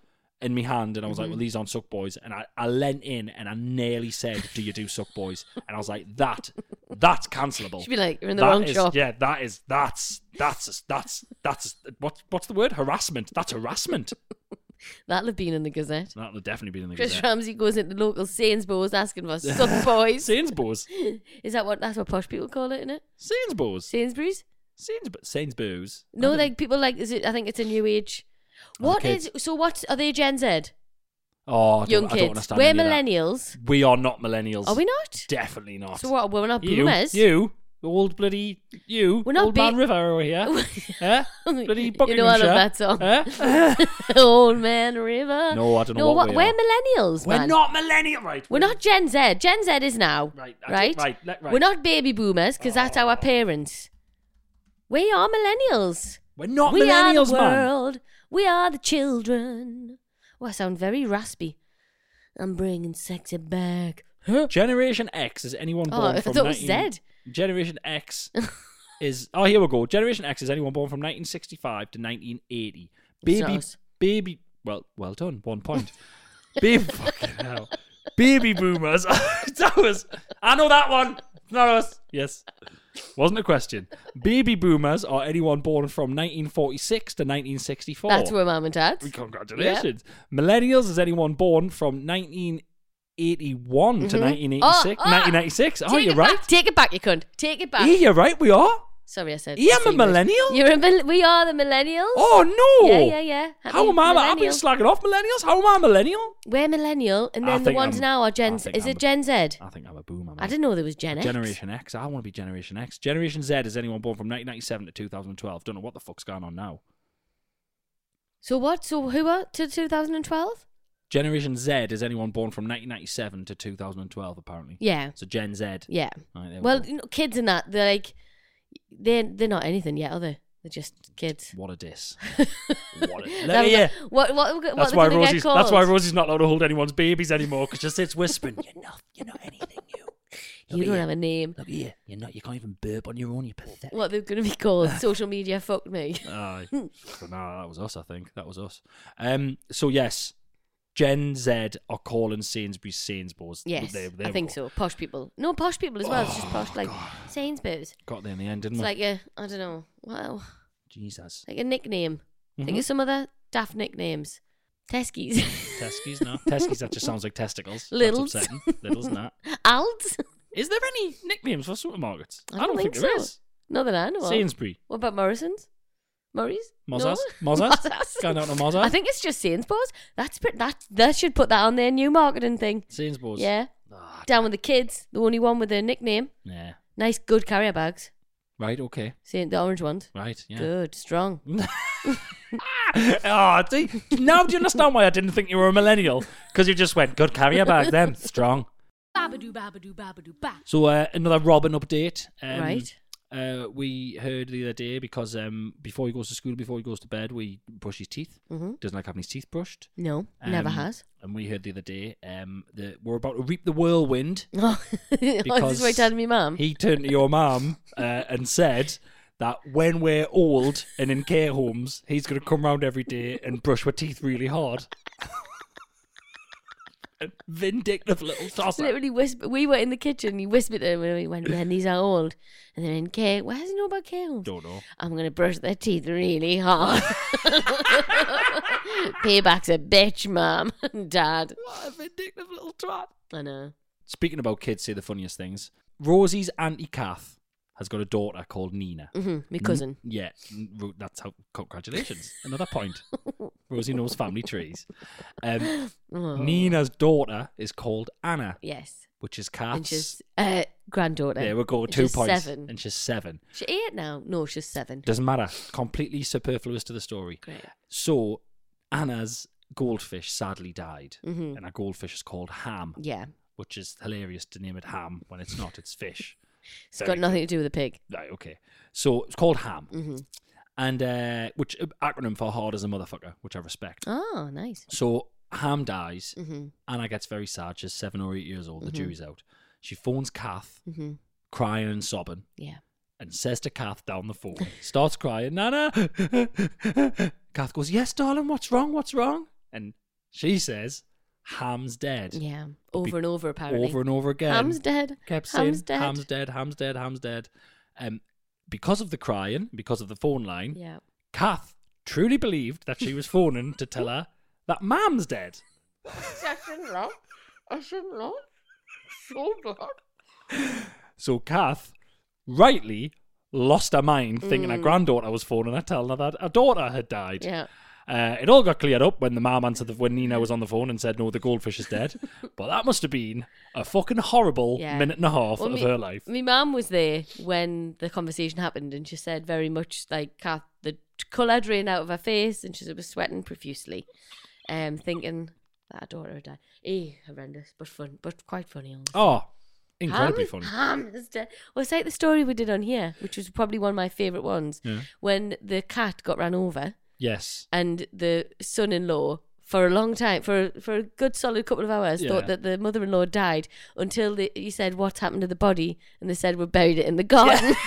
in my hand, and I was
Mm-hmm.
like, "Well, these aren't suck boys." And I, I leant in, and I nearly said, "Do you do suck boys?" And I was like, "That, that's cancelable."
Should be like, "You're in the
That
wrong
is-
shop."
Yeah, that is that's that's that's that's what what's the word? Harassment. That's harassment.
That'll have been in the Gazette.
That'll have definitely be in the
Chris
Gazette.
Ramsey goes into local Sainsbury's asking for suck boys.
Sainsbury's.
Is that what that's what posh people call it, isn't it?
Sainsbury's.
Sainsbury's?
Sainsbury's. Sainsbury's.
No, like people like is it I think it's a new age.
the
What
kids.
is so what are they Gen Z?
Oh, I don't,
Young
I don't
kids.
understand
We're
any of that.
millennials.
We are not millennials.
Are we not?
Definitely not.
So what we're not
you,
boomers.
You, old bloody you,
We're not
old man
ba-
River over here. eh? Bloody
You know I love that song.
Buckinghamshire. Eh?
Old Man River.
No, I don't know
No,
what
what,
we are.
are millennials,
We're
man.
not millennial, right?
We're not Gen Z. Gen Z is now.
Right, I
Right.
think- right, le- right. Oh.
We're not baby boomers because that's our parents. We are millennials.
We're not
we are
millennials,
the
man.
world. We are the children. Oh, I sound very raspy. I'm bringing sexy back. Huh?
Generation X is anyone
Oh,
born
I
from
thought it was
19
Z.
Generation X is oh here we go. Generation X is anyone born from 1965 to 1980.
It's not
Baby,
us.
baby. Well, well done. One point. baby, fucking hell. Baby boomers. that was. I know that one. It's Not us. Yes. Wasn't a question. Baby boomers are anyone born from 1946 to 1964.
That's where mum and dad.
Congratulations. Millennials is anyone born from 1981 to 1986.
Oh, oh.
1996. Oh,
Take
you're
it
right.
Back. Take it back, you cunt. Take it back.
Yeah, you're right. We are.
Sorry, I said.
Yeah, I'm a
C word.
millennial.
You're a mil- we are the millennials.
Oh no.
Yeah, yeah, yeah.
How am I? I've been
millennial.
slacking off millennials. How am I a millennial?
We're millennial, and
I
then the
think
ones
I'm-
now are
I
Gen. Z.
think
Is
I'm
it
a-
Gen Z? I
I think I'm a boomer. Man.
I didn't know there was Gen X.
Generation X. I want to be Generation X. Generation Z is anyone born from 1997 to 2012. Don't know what the fuck's going on now.
So what? So who are to 2012?
Generation Z is anyone born from 1997 to 2012, apparently.
Yeah,
So Gen Z.
yeah.
Right, there we
Well,
go.
you know, kids and that they're like, they're they're not anything yet, are they? They're just kids.
what a diss.
That
What
was
a, Let me-
like-
yeah.
What what what
That's
they're
why
gonna get
Rosie's. That's why
called?
Rosie's not allowed to hold anyone's babies anymore because she sits whispering. You're not. You're not anything. You.
You don't have a name.
Look here. You're not. You can't even burp on your own. You're pathetic.
What they're gonna be called? Social media fucked me.
Aye.
hmm.
Fucking hell, that was us. I think that was us. Um. So yes, Gen Z are calling Sainsbury's Sainsbury's.
Yes,
There- there
I
we
think
go.
so. Posh people. No, posh people as well. it's
Oh,
just posh, like Sainsbury's.
Got there in the end,
It's
didn't we?
like a, I don't know, wow,
Jesus.
like a nickname. Think
Mhm.
of some other daft nicknames. Teskies.
Testes, no. Testes, that just sounds like testicles.
Littles.
That's upsetting. Littles, not.
Alds.
Is there any nicknames for supermarkets?
I don't think
there
so.
is.
Not that I know of.
Sainsbury.
What about Morrison's? Murray's?
Mozzas?
No?
Mozzas? Going out to Mozzas?
I think it's just Sainsbury's. That's pretty, that. That should put that on their new marketing thing.
Sainsbury's.
Yeah.
Ah,
Down with the kids. The only one with a nickname.
Yeah.
Nice, good carrier bags.
Right. Okay.
Saint the orange ones.
Right. Yeah.
Good, strong.
Ah, see, now do you understand why I didn't think you were a millennial? Because you just went, good carrier bag then, strong.
Babadoo, babadoo, babadoo, ba.
So uh, another Robin update. Um,
right.
Uh, we heard the other day because um, before he goes to school, before he goes to bed, we brush his teeth. Mm-hmm. Doesn't like having his teeth brushed.
No, never
Um,
has.
And we heard the other day um, that we're about to reap the whirlwind
Oh, is this
because
what you telling me, mum?
He turned to your mum uh, and said that when we're old and in care homes, he's going to come round every day and brush her teeth really hard. A Vindictive little tosser.
Literally whisper. We were in the kitchen. He whispered to him, and we went, "When these are old, and they're in care. Why does he know about care homes?
Don't know.
I'm gonna brush their teeth really hard. Payback's a bitch, mum, and dad.
What a vindictive little twat.
I know.
Speaking about kids say the funniest things, Rosie's auntie Kath has got a daughter called Nina. Mm,
hmm My
Mm-hmm.
cousin.
Yeah, n- Ro- that's how. Congratulations, another point. Rosie knows family trees. Um,
Oh.
Nina's daughter is called Anna,
Yes,
which is
and
Kath's.
she's uh, granddaughter.
There we go,
And
two
she's
points.
Seven.
And she's seven.
She eight now. No, she's seven.
Doesn't matter. Completely superfluous to the story.
Great.
So Anna's goldfish sadly died,
Mm-hmm.
and our goldfish is called Ham,
Yeah,
which is hilarious to name it Ham when it's not. It's fish.
it's got nothing to do with a pig.
Right. Okay. So it's called Ham,
Mm-hmm.
and uh, which acronym for hard as a motherfucker, which I respect.
Oh, nice.
So Ham dies.
Mm-hmm.
Anna gets very sad. She's seven or eight years old. The jury's out. She phones Kath,
Mm-hmm.
crying and sobbing.
Yeah.
and says to Kath down the phone, starts crying, Nana. Kath goes, Yes, darling, what's wrong? What's wrong? And she says, Ham's dead.
Yeah. Over and over, apparently.
Over and over again.
Ham's dead.
Kept saying,
Ham's dead.
Ham's dead, Ham's dead, Ham's dead. Um, because of the crying, because of the phone line,
Yeah.
Kath truly believed that she was phoning to tell her that Mam's dead. So Kath rightly lost her mind thinking her granddaughter was phoning her telling her that her daughter had died.
Mm. Yeah.
Uh, it all got cleared up when the mom answered the, when Nina was on the phone and said, "No, the goldfish is dead." but that must have been a fucking horrible
Yeah.
minute and a half
Well,
of
me-
her life.
My mum was there when the conversation happened, and she said very much like Kath, the colour drained out of her face, and she said, was sweating profusely, um, thinking that her daughter had died. Eh, horrendous, but fun, but quite funny. all the same.
oh, incredibly
Ham-
funny.
Ham is dead. Well, it's like the story we did on here, which was probably one of my favourite ones, when the cat got ran over.
Yes,
and the son-in-law for a long time for for a good solid couple of hours
Yeah.
thought that the mother-in-law died until the, he said what happened to the body and they said we buried it in the garden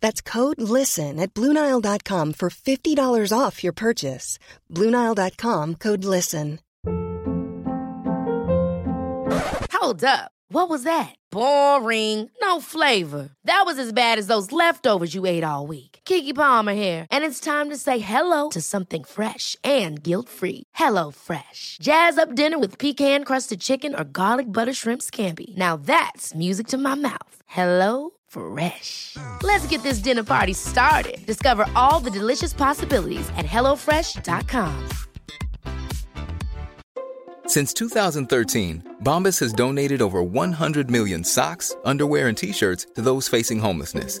That's code LISTEN at Bluenile.com for $50 off your purchase. Bluenile.com code LISTEN.
Hold up. What was that? Boring. No flavor. That was as bad as those leftovers you ate all week. Kiki Palmer here, and it's time to say hello to something fresh and guilt-free. Hello Fresh. Jazz up dinner with pecan-crusted chicken or garlic butter shrimp scampi. Now that's music to my mouth. Hello Fresh. Let's get this dinner party started. Discover all the delicious possibilities at hellofresh.com.
Since 2013, Bombas has donated over 100 million socks, underwear, and t shirts to those facing homelessness.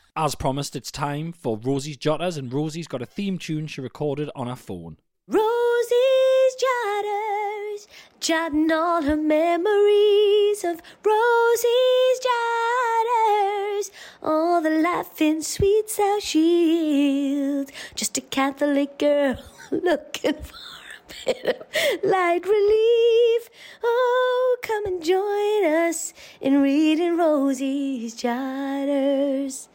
As promised, it's time for Rosie's Jotters, and Rosie's got a theme tune she recorded on her phone.
Rosie's jotters, jotting all her memories of Rosie's jotters. All the laughing sweet South Shield, just a Catholic girl looking for a bit of light relief. Oh, come and join us in reading Rosie's jotters.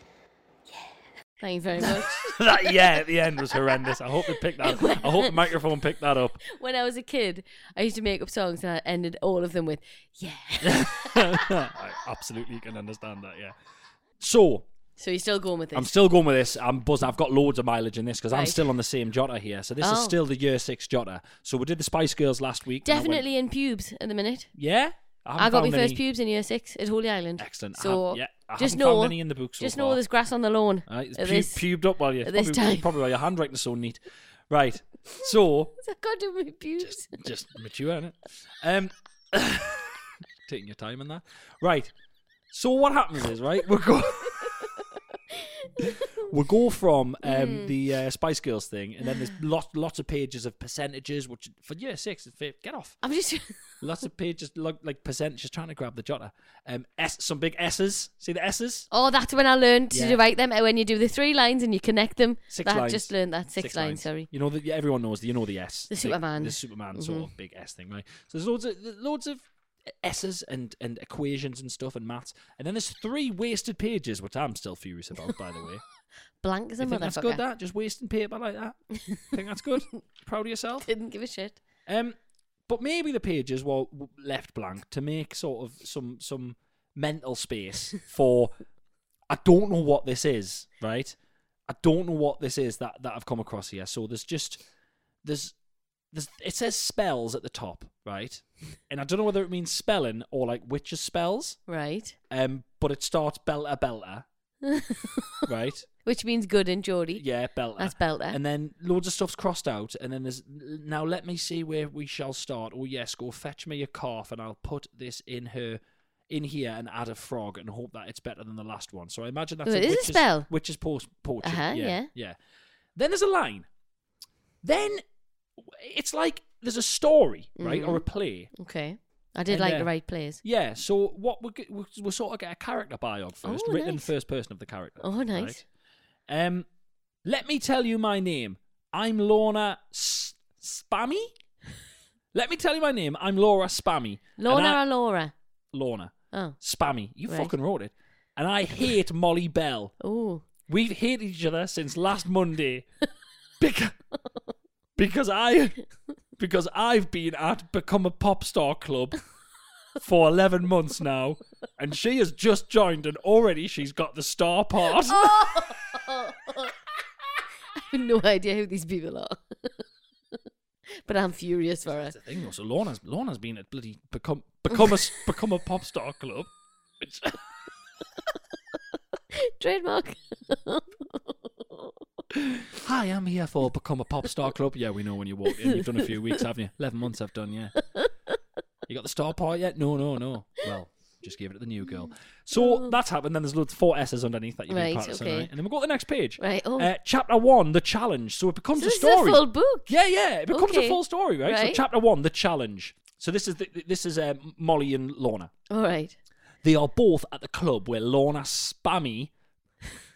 Thank you very much.
that yeah at the end was horrendous. I hope it picked that. Up. I hope the microphone picked that up.
when I was a kid, I used to make up songs and I ended all of them with, yeah.
I absolutely can understand that. Yeah. So
So you're still going with this?
I'm still going with this. I'm buzzing. I've got loads of mileage in this because I'm
Right.
still on the same Jota here. So this is
Oh.
still the year six Jota. So we did the Spice Girls last week. and I went-
Definitely in pubes at the minute.
yeah.
I,
haven't
got my
found
first
any-
pubes in year six at Holy Island.
Excellent. I
So
haven't- yeah, I
just
haven't found
know,
any in the book so
just
far.
know there's grass on the lawn.
All right, it's
at
pu-
this.
pubed up while you.
at this
probably,
time.
probably while your handwriting's so neat. Right. So
I can't do my pubes.
just mature, innit? Um, taking your time on that. Right. So what happens is, right, we go, we go from um, the uh, Spice Girls thing, and then there's lots, lots of pages of percentages, which for year six, it's fa- get off.
I'm just.
Lots of pages, like, like percentages, trying to grab the jotter. Um, S, some big S's. See the S's?
Oh, that's when I learned
Yeah.
to write them. uh, When you do the three lines and you connect them.
Six
that,
lines.
just learned that. Six, lines, sorry.
You know that yeah, everyone knows. You know the S.
The Superman. Mm-hmm.
The Superman sort of big S thing, right? So there's loads of there's loads of S's and and equations and stuff and maths, and then there's three wasted pages, which I'm still furious about, by the way.
Blank as a
you think
motherfucker.
that's good? That just wasting paper like that. think that's good? Proud of yourself.
Didn't give a shit.
Um, but maybe the pages were w- left blank to make sort of some some mental space for I don't know what this is, right? I don't know what this is that that I've come across here. So there's just there's there's it says spells at the top, right? And I don't know whether it means spelling or like witches spells.
Right.
Um, but it starts belter belter, right?
Which means good in Geordie.
Yeah, belter.
That's belter.
And then loads of stuff's crossed out, and then there's now let me see where we shall start. Oh yes, go fetch me a calf, and I'll put this in her, in here, and add a frog, and hope that it's better than the last one. So I imagine that's
Oh,
a
it is a
witch's,
spell.
Witch's post portrait.
Uh-huh,
yeah,
yeah.
yeah. Then there's a line. Then it's like there's a story, right, or a
Mm-hmm.
play.
Okay. I did
And,
like
uh,
the right players.
Yeah, so what we we we sort of get a character biog first,
Oh,
written in
nice.
first person of the character.
Oh, nice.
right? Um, let me tell you my name. I'm Lorna S- Spammy. Let me tell you my name. I'm Laura Spammy. And
Lorna
I-
or Laura?
Lorna
Oh.
Spammy. You
Right.
fucking wrote it. And I hate Molly Bell.
Oh.
We've hated each other since last Monday because because I because I've been at Become a Pop Star Club for eleven months now, and she has just joined, and already she's got the star part.
I have no idea who these people are. but I'm furious for her.
That's the thing, though. So Lorna's Lorna's been at bloody become become a s- become a pop star club.
Trademark.
Hi, I'm here for become a pop star club. Yeah, we know when you walk in, you've done a few weeks, haven't you? Eleven months, I've done. Yeah. You got the star part yet? No, no, no. Well, just gave it to the new girl. So that's happened. Then there's loads four S's underneath that you
Oh. Right,
did, Patterson,
okay.
right? And then we go to the next page.
Right, oh.
Uh, chapter one, the challenge. So it becomes
So
a
this is a
story.
full book.
Yeah, yeah. It becomes a
Okay.
full story, right? So
Right.
chapter one, the challenge. So this is the, this is uh, Molly and Lorna.
All right.
They are both at the club where Lorna Spammy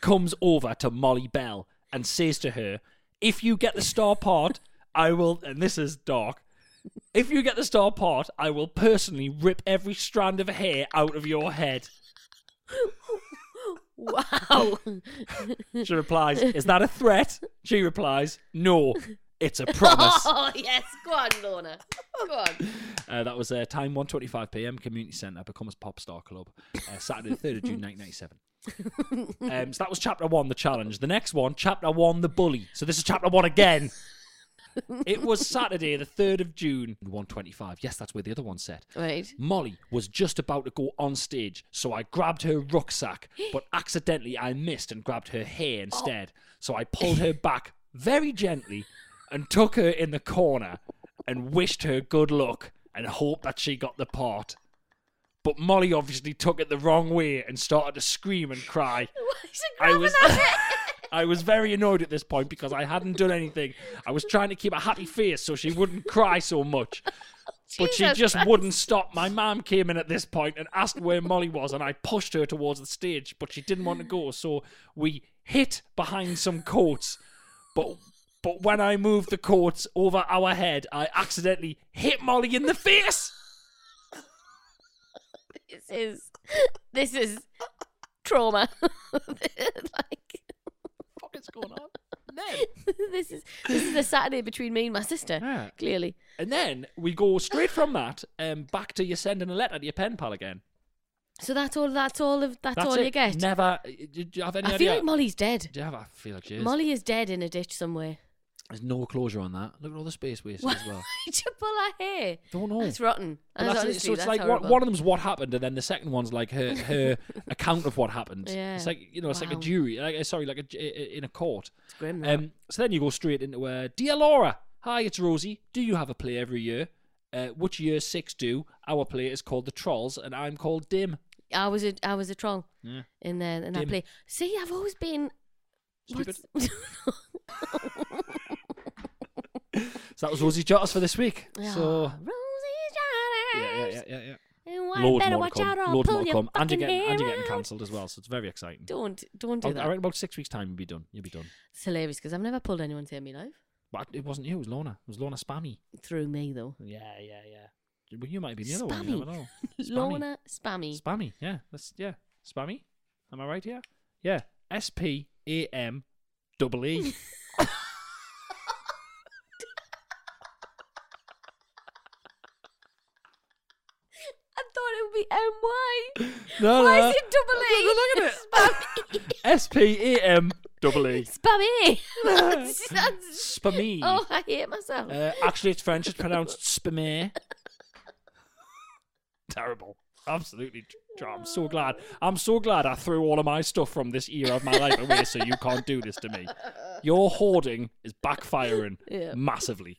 comes over to Molly Bell and says to her, If you get the star part, I will, and this is dark. If you get the star part, I will personally rip every strand of hair out of your head.
Wow.
She replies, Is that a threat? She replies, No, it's a promise.
Oh, yes. Go on, Lorna. Go on.
Uh, that was uh, time 1:25 p.m. Community Centre becomes pop star club. Uh, Saturday the third of June 1997. um, so that was chapter one, the challenge. The next one, chapter one, the bully. So this is chapter one again. it was Saturday the third of June 1:25. Yes, that's where the other one's set.
Right.
Molly was just about to go on stage, so I grabbed her rucksack, but accidentally I missed and grabbed her hair instead. So I pulled her back very gently and took her in the corner and wished her good luck and hoped that she got the part. But Molly obviously took it the wrong way and started to scream and cry. I was I was very annoyed at this point because I hadn't done anything. I was trying to keep a happy face so she wouldn't cry so much. But she
Jesus
just
Christ.
wouldn't stop. My mum came in at this point and asked where Molly was, and I pushed her towards the stage, but she didn't want to go, so we hit behind some coats. But but when I moved the coats over our head, I accidentally hit Molly in the face.
This is this is trauma. like
What is going on?
this is this is a Saturday between me and my sister.
Yeah.
Clearly.
And then we go straight from that um, back to you sending a letter to your pen pal again.
So that's all. That's all of. That's,
That's
all
it.
you get.
Never. Do you have any
I
idea?
feel like Molly's dead.
Do you have? I feel like she is.
Molly is dead in a ditch somewhere.
There's no closure on that. Look at all the space wasted
Why
as well.
did you pull her hair?
Don't know.
It's rotten.
But
That's
that's it.
honestly,
so it's
that's
like one,
horrible.
one of them's what happened, and then the second one's like her her account of what happened.
Yeah.
It's like you know, it's like
Wow.
a jury. Like, uh, sorry, like a, j- i- i- in a court.
It's grim. that.
Um, so then you go straight into uh, dear Laura. Hi, it's Rosie. Do you have a play every year? Uh, which year six do? Our play is called The Trolls, and I'm called Dim.
I was a I was a troll
Yeah.
in there, and I
Dim.
play. See, I've always been.
Stupid.
what's-
So that was Rosie Jotters for this week.
Ah,
So
Rosie
yeah, yeah,
Jotters.
yeah, yeah. yeah.
And why
Loads
better
more
watch
to come.
out or I'll
Loads
pull
more to
your
come. And
fucking
you're getting, and you're
hair
getting
out.
cancelled as well, so it's very exciting.
Don't don't do
I,
that.
I reckon about six weeks' time you'll be done. You'll be done.
It's hilarious because I've never pulled anyone's hair in my life.
But it wasn't you. It was Lorna. It was Lorna Spammy.
Through me though.
Yeah, yeah, yeah. Well, you might be the other one. You
Spammy.
never know.
Lorna Spammy.
Spammy. Yeah. That's yeah. Spammy. Am I right here? Yeah. S P A M double E.
I thought it would be M Y.
No,
Why
no.
is it double E?
Look at
it.
S P A M double E.
Spammy. That's- that's-
Spammy.
Oh, I hate myself.
Uh, actually, it's French. It's pronounced spamé. Terrible. Absolutely. tr- I'm so glad. I'm so glad I threw all of my stuff from this era of my life away so you can't do this to me. Your hoarding is backfiring
Yeah.
massively.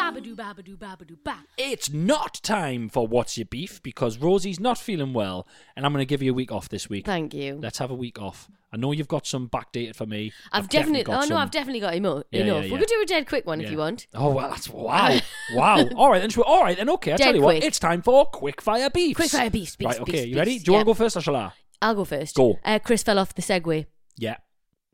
Babadoo, babadoo, babadoo, ba.
It's not time for What's Your Beef because Rosie's not feeling well and I'm going to give you a week off this week.
Thank you.
Let's have a week off. I know you've got some backdated for me.
I've, definitely.
got
oh no,
some-
I've definitely got emo-
Yeah,
enough.
yeah,
We
yeah.
could do a dead quick one if
Yeah.
you want.
Oh well, that's wow, wow. All right, then sure. All right, then okay. I
Dead
tell you what,
quick.
it's time for quick fire beefs.
Quick fire beefs, beefs,
right, okay.
beefs,
you ready?
beefs,
Do you want
yeah.
to go first or shall I?
I'll go first.
Go.
Uh, Chris fell off the Segway.
Yeah.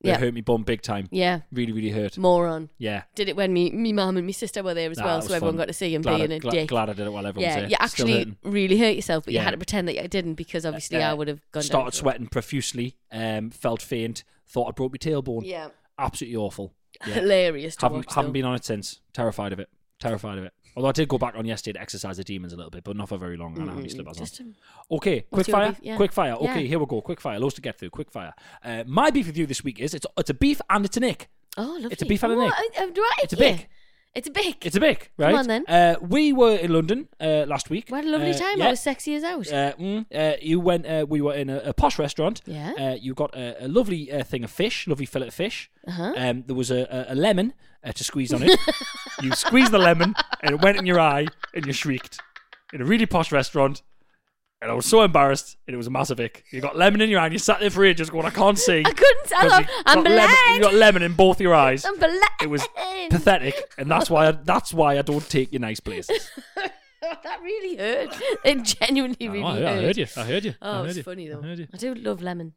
It
Yeah.
hurt me bum big time.
Yeah,
Really, really hurt.
moron.
Yeah.
Did it when me, me mum and my sister were there as
Nah,
well,
that
so
was
everyone
fun.
got to see him
glad
being
I,
a
gla-
dick.
Glad I did it while everyone was
yeah,
there.
you
Still
actually
hurting.
really hurt yourself, but
Yeah.
you had to pretend that you didn't because obviously
Uh,
I would have gone. down
started
for it.
sweating profusely. Um, felt faint. Thought I broke my tailbone.
Yeah.
Absolutely awful. Yeah.
hilarious. To
haven't
watch,
haven't
though.
been on it since. Terrified of it. Terrified of it. Although I did go back on yesterday to exercise the demons a little bit, but not for very long. And I only slipped
Just um,
Okay, quick
What's your
fire,
beef? Yeah.
quick fire. Okay,
Yeah.
here we go. Quick fire, loads to get through. Quick fire. Uh, my beef with you this week is it's it's a beef and it's an ick.
oh, lovely.
It's a beef and an
Oh,
egg.
I- I'm right,
It's a
yeah.
bick.
It's a bick.
It's a bick, right?
Come on then.
Uh, we were in London uh, last week.
What a lovely
Uh,
time.
yeah.
I was sexy as out.
Uh, mm, uh, you went. Uh, we were in a, a posh restaurant.
Yeah.
Uh, you got a, a lovely uh, thing of fish, lovely fillet of fish.
Uh-huh.
Um, there was a, a, a lemon uh, to squeeze on it. you squeezed the lemon, and it went in your eye, and you shrieked in a really posh restaurant. And I was so embarrassed, and it was a massive ick. You got lemon in your eye, and you sat there for ages going, "I can't see."
I couldn't. I
'Cause
love.
you
I'm
got lemon, you got
blind.
lemon in both your eyes.
I'm blind.
It was pathetic, and that's why I, that's why I don't take you nice places.
that really hurt. It genuinely really
Oh, I,
hurt.
I heard you. I heard you.
Oh,
I heard
it's
you.
funny
I
though.
heard you.
I do love lemon.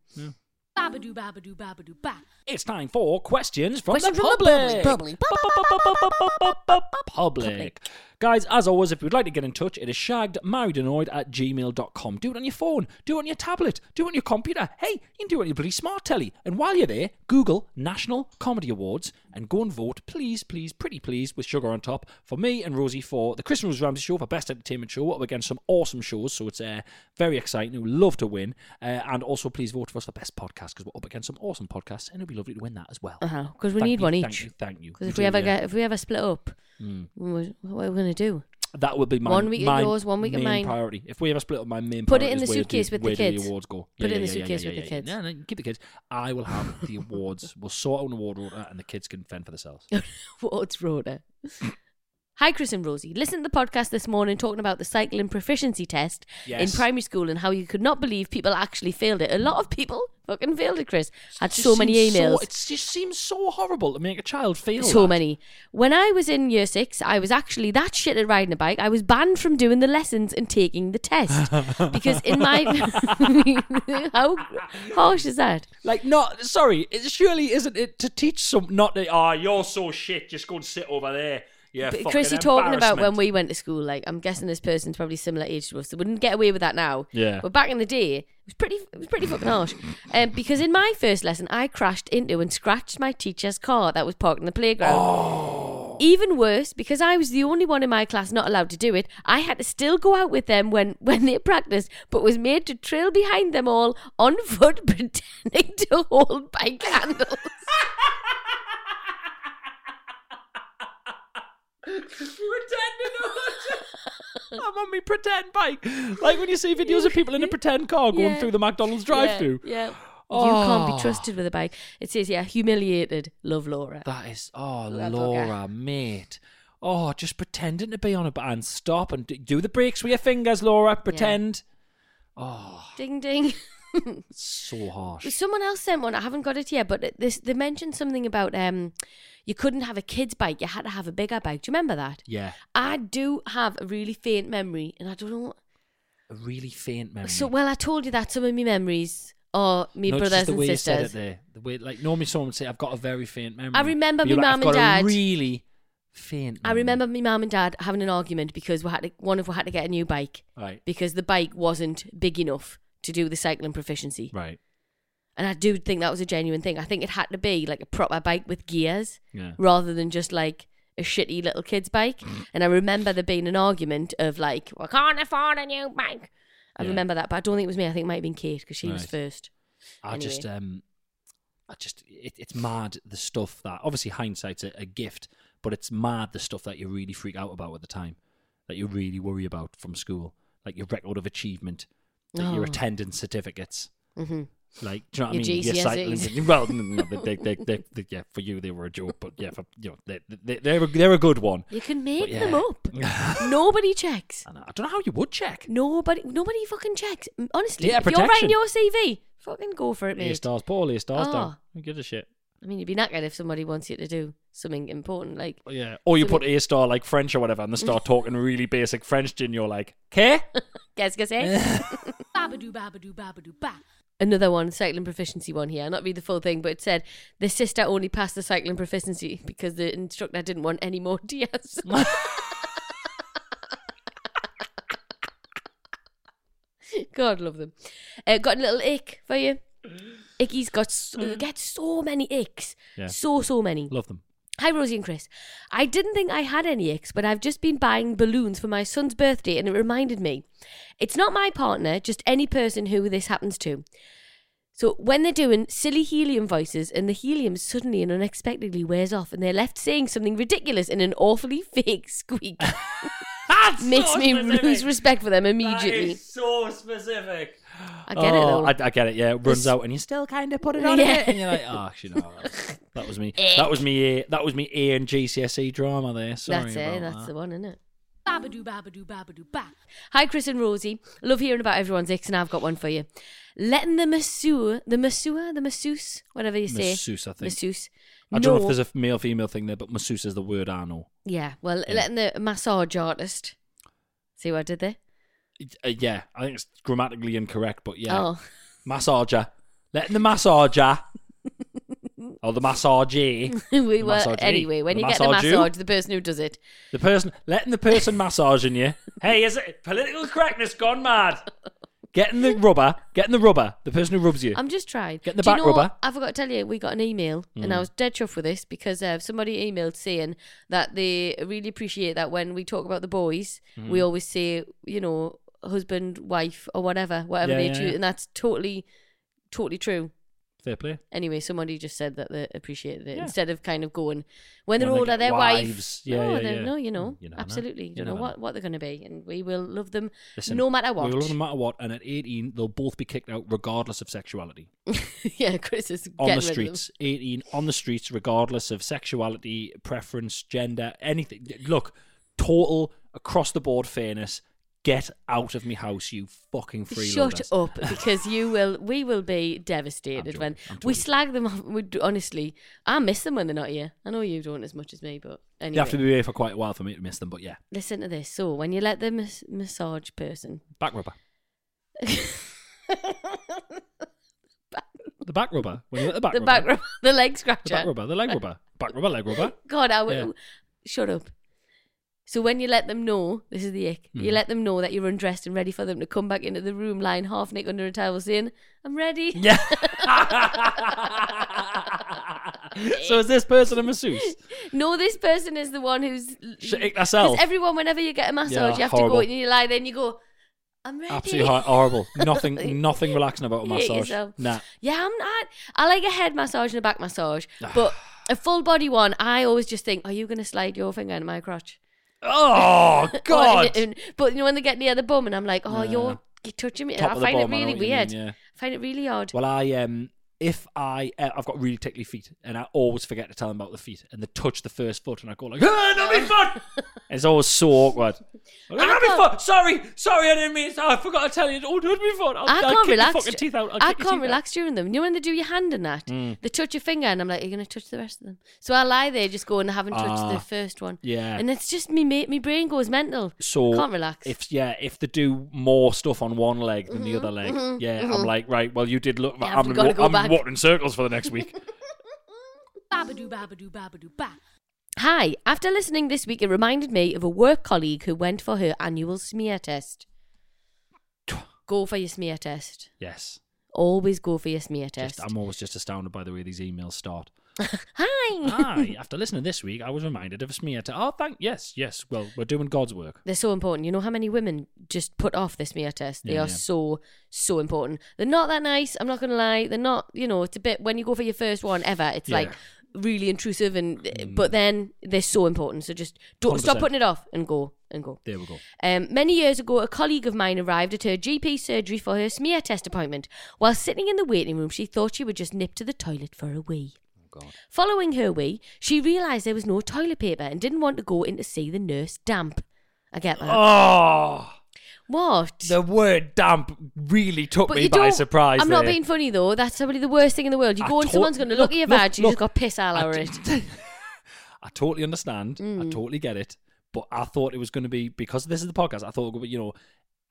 Babadoo, babadoo, babadoo, ba.
It's time for questions from
Questions
the
from the
public.
public. Public.
Public. Guys, as always, if you'd like to get in touch, it is shaggedmarriedannoyed at gmail.com. Do it on your phone, do it on your tablet, do it on your computer. Hey, you can do it on your bloody smart telly. And while you're there, Google National Comedy Awards and go and vote, please, please, pretty please, with Sugar on top, for me and Rosie for the Chris and Rose Ramsey Show for Best Entertainment Show. Up against some awesome shows, so it's uh, very exciting. We love to win. Uh, and also, please vote for us for Best Podcast because we're up against some awesome podcasts, and it'd be lovely to win that as well.
Uh huh. Because we
Oh, Thank
need
you,
one
thank
each.
you, thank you.
Because
We
if we
do,
ever
yeah. Hmm.
get if we ever split up, we- what are we gonna do?
That would be my
One week of
my
yours, one week of mine.
main priority. If we ever split up, my main
Put it
priority
in
is
the
where do-
suitcase with the
where do
kids.
awards go.
Put it in the suitcase
yeah,
with the
yeah,
kids.
Yeah, no, keep the kids. I will have the awards. We'll sort out an award order, and the kids can fend for themselves.
What's Rhoda? Hi, Chris and Rosie. Listen to the podcast this morning talking about the cycling proficiency test
Yes.
in primary school and how you could not believe people actually failed it. A lot of people fucking failed it, Chris. Had
It just
so many
seems
emails.
So, it just seems so horrible to make a child feel
so
that.
many. When I was in year six, I was actually that shit at riding a bike. I was banned from doing the lessons and taking the test because in my how harsh is that?
Like, not sorry. It surely isn't it to teach some not that. Oh, you're so shit. Just go and sit over there. Yeah,
But
fucking
Chrissy talking about when
embarrassment.
we went to school. Like, I'm guessing this person's probably similar age to us. They wouldn't get away with that now.
Yeah.
But back in the day, it was pretty. It was pretty fucking harsh. Um, because in my first lesson, I crashed into and scratched my teacher's car that was parked in the playground.
Oh.
Even worse, because I was the only one in my class not allowed to do it, I had to still go out with them when, when they practiced, but was made to trail behind them all on foot, pretending to hold bike handles.
I'm on my pretend bike. Like when you see videos of people in a pretend car going
Yeah.
through the McDonald's drive-through.
Yeah. yeah.
Oh.
You can't be trusted with a bike. It says, yeah, humiliated. Love Laura.
That is, oh,
That
Laura,
bugger.
mate. Oh, just pretending to be on a b- and stop and d- do the brakes with your fingers, Laura. Pretend. Oh,
Ding ding.
It's so harsh.
Someone else sent one. I haven't got it yet, but it- this they mentioned something about um, you couldn't have a kid's bike. You had to have a bigger bike. Do you remember that?
Yeah,
I do have a really faint memory, and I don't know.
a really faint memory.
So well, I told you that some of my memories are me
No, it's just
brothers
the
and
way
sisters.
You said it there. The way, like normally someone would say, "I've got a very faint memory."
I remember
But you're
me
like,
mum
"I've
and
got a
dad-
really faint.
I
memory."
remember my mum and dad having an argument because we had to, one of us had to get a new bike
Right,
because the bike wasn't big enough to do the cycling proficiency.
right,
And I do think that was a genuine thing. I think it had to be like a proper bike with gears
yeah.
rather than just like a shitty little kid's bike. and I remember there being an argument of like, we can't afford a new bike. I
Yeah.
remember that, but I don't think it was me. I think it might have been Kate because she was
Right.
first.
I
Anyway.
just, um, I just, it, it's mad the stuff that obviously hindsight's a, a gift, but it's mad the stuff that you really freak out about at the time, that you really worry about from school, like your record of achievement, like your
Oh.
attendance certificates.
hmm
Like, do you know what I
Your
mean? Your
GCSEs.
cycling. Well, no, no, no, they, they, they, they, yeah, for you they were a joke, but yeah, for you know, they, they, they're a, they're a good one.
You can
But
make
yeah.
them up. Nobody checks.
And I don't know how you would check.
Nobody, nobody fucking checks. M- Honestly,
Yeah,
if you're writing
protection.
your CV, fucking go for it,
A
mate.
stars, poorly A stars down.
Oh.
Who gives a shit?
I mean, you'd be knackered if somebody wants you to do something important, like
Well, Yeah. Or you
So
put
we-
A star like French or whatever, and they start talking really basic French, to you and you're like, "Okay."
guess, guess, eh?
Babadoo, babadoo, babadoo, ba.
Another one, cycling proficiency one here. I'll not read the full thing, but it said the sister only passed the cycling proficiency because the instructor didn't want any more Diaz. God love them. Uh, got a little ick for you. Icky's got so, gets so many icks,
Yeah.
so so many.
Love them.
Hi, Rosie and Chris. I didn't think I had any icks, but I've just been buying balloons for my son's birthday and it reminded me. It's not my partner, just any person who this happens to. So when they're doing silly helium voices and the helium suddenly and unexpectedly wears off and they're left saying something ridiculous in an awfully fake squeak,
That's
makes me lose respect for them
That
immediately.
is so specific. Oh,
I get it though.
I, I get it. Yeah, it runs
This-
out, and you still kind of put it on a
Yeah.
bit, and you're like, "Oh, actually, no, that was, that was me.
Eh.
That was me. A, that was me. A and GCSE E drama there. Sorry
that's it.
about
That's
that.
the one, isn't it?
Babadoo, babadoo, babadoo, ba.
Hi, Chris and Rosie. Love hearing about everyone's icks, and I've got one for you. Letting the masseur, the masseur, the masseuse, whatever you say,
Masseuse, I think.
masseuse.
I don't know
know-
if there's a male female thing there, but masseuse is the word I know.
Yeah, well,
Yeah.
letting the massage artist. See what I did there?
It- uh, yeah, I think it's grammatically incorrect, but yeah,
Oh,
massager. Letting the massager or the massagee,
we
The
were
massagee.
anyway. When
The
you get the
massagee.
massage, the person who does it.
the person letting the person massaging you. Hey, is it political correctness gone mad? Getting the rubber, getting the rubber, the person who rubs you.
I'm just trying.
Get the
Do you
back
know what?
rubber. Mm.
I forgot to tell you, we got an email, and I was dead chuffed with this because uh, somebody emailed saying that they really appreciate that when we talk about the boys,
Mm.
we always say, you know, husband, wife, or whatever, whatever
Yeah,
they
yeah,
choose,
yeah.
and that's totally, totally true.
Fair play.
Anyway, somebody just said that they appreciated it instead of kind of going when they're
When they
older,
get
their wife.
wives. Yeah,
no,
yeah,
they're-
yeah.
no, you know,
Mm, you never know.
absolutely, you,
You
know,
never
what
know.
what they're going to be, and we will love them
Listen,
no matter what.
we will, no matter what, and at 18, they'll both be kicked out regardless of sexuality.
yeah, Chris is
On
getting
the
rid of them.
streets, 18, on the streets, regardless of sexuality, preference, gender, anything. Look, total, across the board fairness. Get out of me house, you fucking freeloaders.
Shut up, because you will. We will be devastated
joking,
when
I'm
we
joking.
slag them off. We, d- honestly, I miss them when they're not here. I know you don't as much as me, but
You have
anyway.
to be away for quite a while for me to miss them, but yeah.
Listen to this. So when you let the mas- massage person,
Back rubber. The back rubber. When you let the back
the
rubber.
back rubber, the leg
the
scratcher,
back rubber. The leg rubber. Back rubber, leg rubber.
God, I would.
Yeah.
Shut up. So when you let them know, this is the ick.
Mm-hmm.
You let them know that you're undressed and ready for them to come back into the room, lying half naked under a towel, saying, "I'm ready."
Yeah. so is this person a masseuse?
No, this person is the one who's
Shit, ick myself.
Because everyone, whenever you get a massage,
eh, Yeah,
you have
horrible.
to go and you lie there and you go, I'm ready.
Absolutely hor- horrible. Nothing, nothing relaxing about a
You hate
massage.
yourself.
Nah.
Yeah, I'm not. I like a head massage and a back massage, but a full body one, I always just think, are you going to slide your finger into my crotch?
Oh
Or-
God.
and- and- but you know, when they get near the bum and I'm like, oh,
Yeah.
you're, you're touching me.
Top
I
of the
find it
bum, I know
really
what you mean,
weird.
yeah.
I find it really odd.
Well, I um, if I uh, I've got really tickly feet, and I always forget to tell them about the feet, and they touch the first foot, and I go like, ah, not my foot. it's always so awkward. Like, not my
can't-
foot. Sorry, sorry, I didn't mean. it. Oh, I forgot to tell you. Oh, not my foot. I'll,
I
I'll
can't
kick your
relax.
Fucking teeth out.
I
I'll kick your
can't
teeth out. Mm.
relax during them. You know when they do your hand and that, they touch your finger, and I'm like, "You're gonna touch the rest of them." So I lie there, just going, "I haven't touched
Ah,
the first one."
yeah.
and it's just me. ma- My brain goes mental.
So
can't relax.
If yeah, if they do more stuff on one leg than the other leg, yeah, I'm like right. Well, you did look.
Yeah,
I'm,
we've gotta
wa-
go
I'm
back.
walking in circles for the next week.
Babadoo, babadoo, babadoo, ba.
Hi. After listening this week, it reminded me of a work colleague who went for her annual smear test. Go for your smear test.
yes,
Always go for your smear test.
just, I'm always just astounded by the way these emails start.
Hi.
Hi. After listening this week, I was reminded of a smear to. Oh, thank yes, yes. Well, we're doing God's work.
They're so important. You know how many women just put off this smear test? They
Yeah,
are
yeah.
so, so important. They're not that nice. I'm not going to lie. They're not, you know, it's a bit, when you go for your first one ever, it's like
Yeah. Mm.
really intrusive. and But then they're so important. So just don't stop
100%.
putting it off and go and go.
There we go.
Um, many years ago, a colleague of mine arrived at her GP surgery for her smear test appointment. While sitting in the waiting room, she thought she would just nip to the toilet for a wee. Following her wee, she realised there was no toilet paper and didn't want to go in to see the nurse damp. I get that.
Oh,
what?
the word damp really took me by
don't-
surprise.
I'm not
there.
being funny though. That's probably the worst thing in the world. You
I
go and
tot-
someone's going to look at your badge. You
look,
just got piss all
I
over it. Mm.
t- I totally understand. I totally get it. But I thought it was going to be because this is the podcast. I thought you know,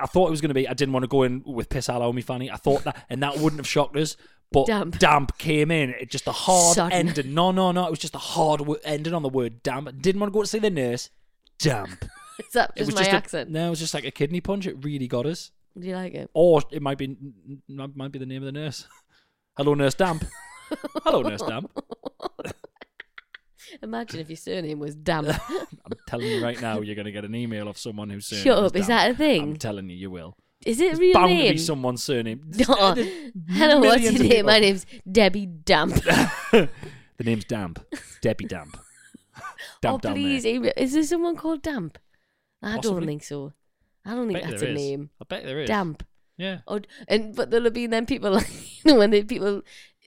I thought it was going to be. I didn't want to go in with piss all over me, Fanny. I thought that, and that wouldn't have shocked us. But
Damp.
damp, came in. It just a hard
Sudden.
ending. No, no, no. It was just a hard wo- ending on the word damp. I didn't want to go to see the nurse. Damp.
Is that
it
just
was
my
just
accent?
A, no, it was just like a kidney punch. It really got us.
Do you like it?
Or it might be m- m- might be the name of the nurse. Hello, nurse damp. Hello, nurse damp.
Imagine if your surname was damp.
I'm telling you right now, you're going to get an email of someone who's saying.
Shut up, is that a thing?
I'm telling you, you will.
Is it
It's
real
bound to
name?
be someone's surname.
Oh, hello, what's your
Millions of
name? My
people.
name's Debbie Damp.
The name's Damp. Debbie Damp.
oh,
Damp down
please,
there.
email- is there someone called Damp? I don't
Possibly.
think so. I don't think
bet
that's a
there is.
name.
I bet there is.
Damp.
Yeah.
Or, and but there'll have been then people like you know when they people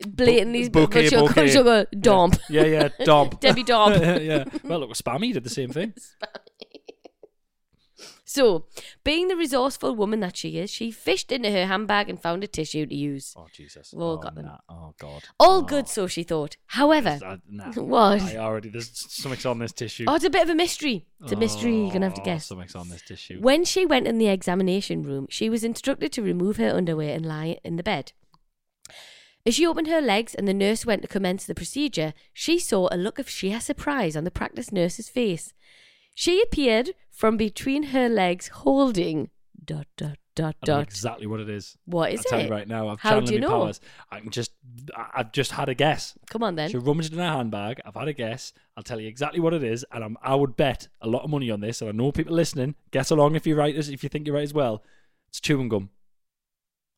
blatantly
Bo- bouquet,
but she'll,
bouquet.
she'll go Damp.
Yeah, yeah, Domp.
Debbie Domp.
yeah, yeah. Well, look, Spammy did the same thing.
So, being the resourceful woman that she is, she fished into her handbag and found a tissue to use.
Oh, Jesus.
Well,
oh,
got them.
nah. Oh, God.
All
Oh,
good, so she thought. However,
this- I- uh, nah.
What?
I already, there's something's on this tissue.
oh, it's a bit of a mystery. It's a mystery. You're gonna have to
Oh,
guess.
Something's on this tissue.
When she went in the examination room, she was instructed to remove her underwear and lie in the bed. As she opened her legs and the nurse went to commence the procedure, she saw a look of sheer surprise on the practice nurse's face. She appeared from between her legs holding dot dot dot
I don't know
dot.
exactly what it is.
What is
I'll tell
it?
you right now. I've
How
channeled
do you
my
know?
powers. I'm just, I- I've just had a guess.
Come on then.
She rummaged in her handbag. I've had a guess. I'll tell you exactly what it is, and I'm, I would bet a lot of money on this. And I know people listening. Get along if you're right. as- If you think you're right as well, it's chewing gum.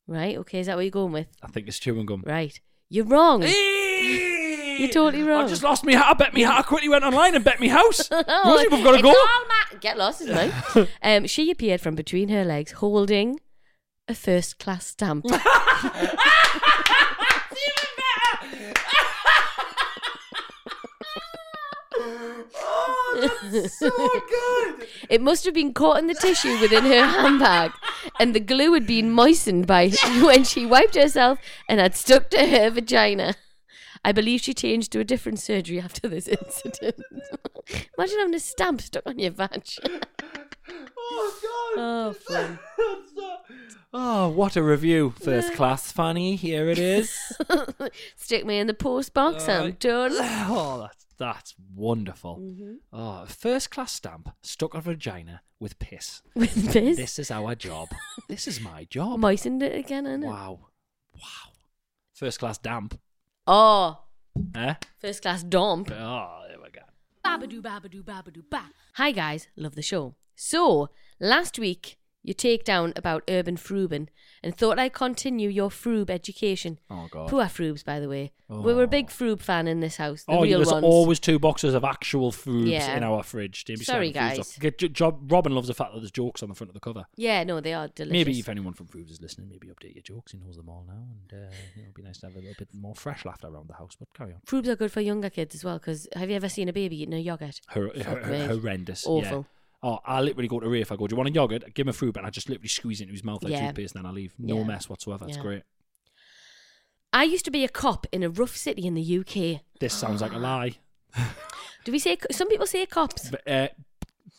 Right, okay, is that what you're going with?
I think it's chewing gum.
Right. You're wrong.
You're
totally wrong.
I just lost me. I bet me. I quickly went online and bet me house.
Oh,
Rosie, we've got to
it's
go.
all ma- Get lost, isn't it? um, she appeared from between her legs holding a first class stamp. It must have been caught in the tissue within her handbag, and the glue had been moistened by when she wiped herself and had stuck to her vagina. I believe she changed to a different surgery after this incident. Imagine having a stamp stuck on your vag.
Oh
Oh, fun.
Oh, what a review! First class, Fanny. Here it is.
Stick me in the post box, I'm
Alright.
done. Mm-hmm.
oh, that's that's wonderful. Oh, first class stamp stuck on vagina with piss.
With this.
This is our job. this is my job.
Moistened it again, innit?
wow, wow. First class damp.
Oh,
Eh?
first class domp.
Oh, there we go.
Babadoo, babadoo, babadoo, ba.
Hi guys, love the show. So, last week you take down about urban frubin and thought I'd continue your froob education.
Oh god.
Poor froobs, by the way. We were a big froob fan in this house. The
Oh, yeah,
real
there's
ones.
always two boxes of actual foods
Yeah.
in our fridge. Don't be so
Sorry,
confused.
guys.
Get- j- job- Robin loves the fact that there's jokes on the front of the cover.
Yeah, no, they are delicious.
Maybe if anyone from Foods is listening, maybe update your jokes. He knows them all now, and uh, it'll be nice to have a little bit more fresh laughter around the house. But carry on.
Froobs are good for younger kids as well. Because have you ever seen a baby eating a yogurt?
Hor-
Fuck
hor-
me.
horrendous.
Awful.
Yeah. Oh, I literally go to Ray if I go, do you want a yogurt? I give him a fruit, and I just literally squeeze it into his mouth like
Yeah.
toothpaste, and then I leave. No
Yeah.
mess whatsoever. It's
Yeah.
great.
I used to be a cop in a rough city in the UK.
This sounds like a lie.
Do we say? Some people say cops.
But, uh,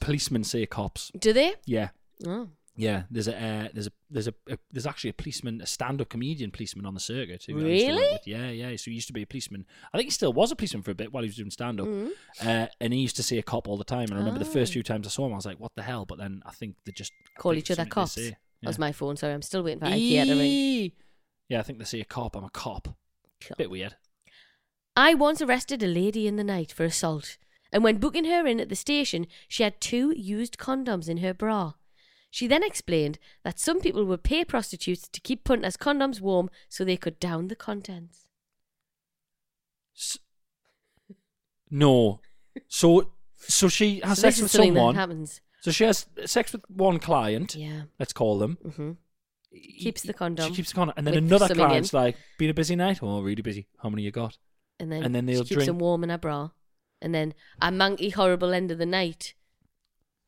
policemen say cops.
Do they?
Yeah.
Oh,
Yeah, there's a uh, there's a there's a, a there's actually a policeman, a stand-up comedian policeman on the circuit. Who I used to work
Really?
with. Yeah, yeah. So he used to be a policeman. I think he still was a policeman for a bit while he was doing stand-up,
Mm.
uh, and he used to see a cop all the time. And I remember the first few times I saw him, I was like, "What the hell?" But then I think they just I
Ah. call
think
each other
something they
cops.
say.
That was
Yeah.
my phone. Sorry, I'm still waiting for IKEA to ring.
Eee. Yeah, I think they say a cop. I'm a cop. Bit weird.
I once arrested a lady in the night for assault, and when booking her in at the station, she had two used condoms in her bra. She then explained that some people would pay prostitutes to keep punters' condoms warm so they could down the contents.
S- no, so so she has
So
sex
this
with
is something
someone.
That happens.
so she has sex with one client.
Yeah.
Let's call them.
hmm Keeps the condom
She keeps the condom, and then
with
another
something in.
client's like, "Been a busy night? Oh, really busy. How many you got?"
And then,
and then
she
they'll
keeps
drink-
them warm in her bra. And then a manky, horrible end of the night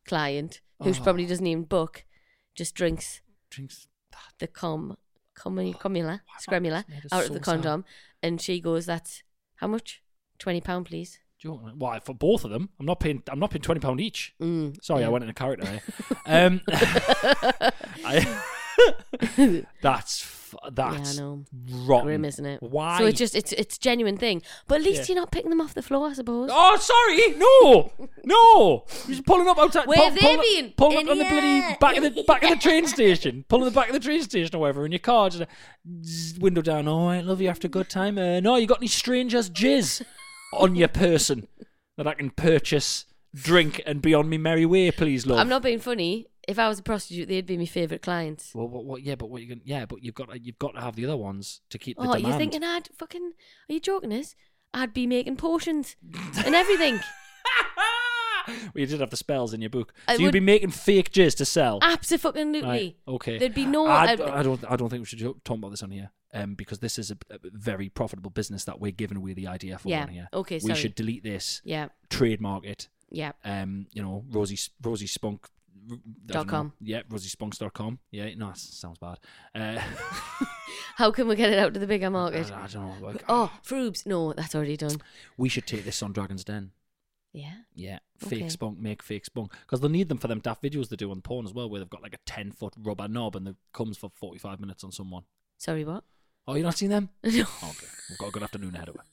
client, who
Oh.
probably doesn't even book, just drinks
Drinks. That.
the com commu, commula
why have I
scremula
made us
out
so
of the condom, and she goes, "That's how much? Twenty pound, please."
Joke. Like, Why for both of them? I'm not paying. I'm not paying twenty pound each.
Mm,
Sorry,
yeah.
I went in a character. there. um, I- that's f- that's
I know.
rotten.
Grim, isn't it?
Why?
So it's just it's it's a genuine thing, but at least
Yeah.
you're not picking them off the floor, I suppose.
Oh, sorry, no, no! He's pulling up outside.
Where
pull-
they
pulling,
been?
Pulling
In
up on the
the
bloody
air.
back of the back of the train station. Pulling the back of the train station, or whatever, in your car, just a zzz, window down. All right, love you after a good time. Uh, no, you got any strangers jizz on your person that I can purchase, drink, and be on me merry way, please, love.
I'm not being funny. If I was a prostitute, they'd be my favourite clients.
Well, what, what, yeah, but what you can, yeah, but you've got to, you've got to have the other ones to keep the
Oh,
demand.
you're thinking I'd fucking? Are you joking? Us? I'd be making potions and everything.
well, you did have the spells in your book, so
I
you'd
would-
be making fake jizz to sell.
Absolutely.
Right, okay.
There'd be no.
I,
I'd-
I don't. I don't think we should jo- talk about this on here, um, because this is a, a very profitable business that we're giving away the idea for
Yeah,
on here.
okay,
We
sorry.
should delete this,
yeah.
trademark it.
Yeah.
Um, you know, Rosie Rosie Spunk. I don't know.
com.
Yeah, rosiespunks.com. Yeah, no, that sounds bad. Uh,
How can we get it out to the bigger
I,
market?
I don't know. like,
Oh, Froobs. No, that's already done.
We should take this on Dragon's Den.
Yeah.
Yeah, fake
Okay.
spunk, make fake spunk. Because they'll need them for them daft videos they do on porn as well, where they've got like a 10 foot rubber knob and it comes for 45 minutes on someone.
Sorry, what?
Oh, you not seen them?
No.
Okay, we've got a good afternoon ahead of us.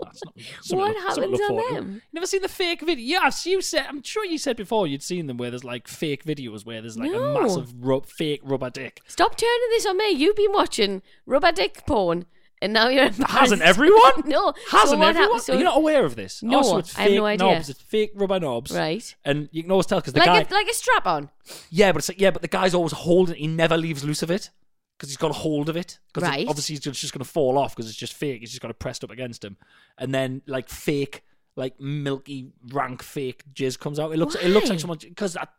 That's not, something
What
to look- something to
happens
look
on
forward to.
them?
You never seen the fake video? Yes, you said. I'm sure you said before you'd seen them where there's like fake videos where there's like
No.
a massive rub, fake rubber dick.
Stop turning this on me. You've been watching rubber dick porn, and now you're embarrassed.
Hasn't everyone?
no,
hasn't
someone ha-
everyone?
so-
You're not aware of this?
No,
oh, so it's
I have
fake
no idea.
Knobs. It's fake rubber knobs,
Right.
And you can always tell because the
like a,
guy,
like a strap on.
yeah, but it's like, yeah, but the guy's always holding. He never leaves loose of it because he's got a hold of it. 'Cause it-
Right.
obviously, he's just going to fall off because it's just fake. He's just got it pressed up against him, and then like fake. Like milky, rank, fake jizz comes out. It looks. It looks
Why?
like someone because that's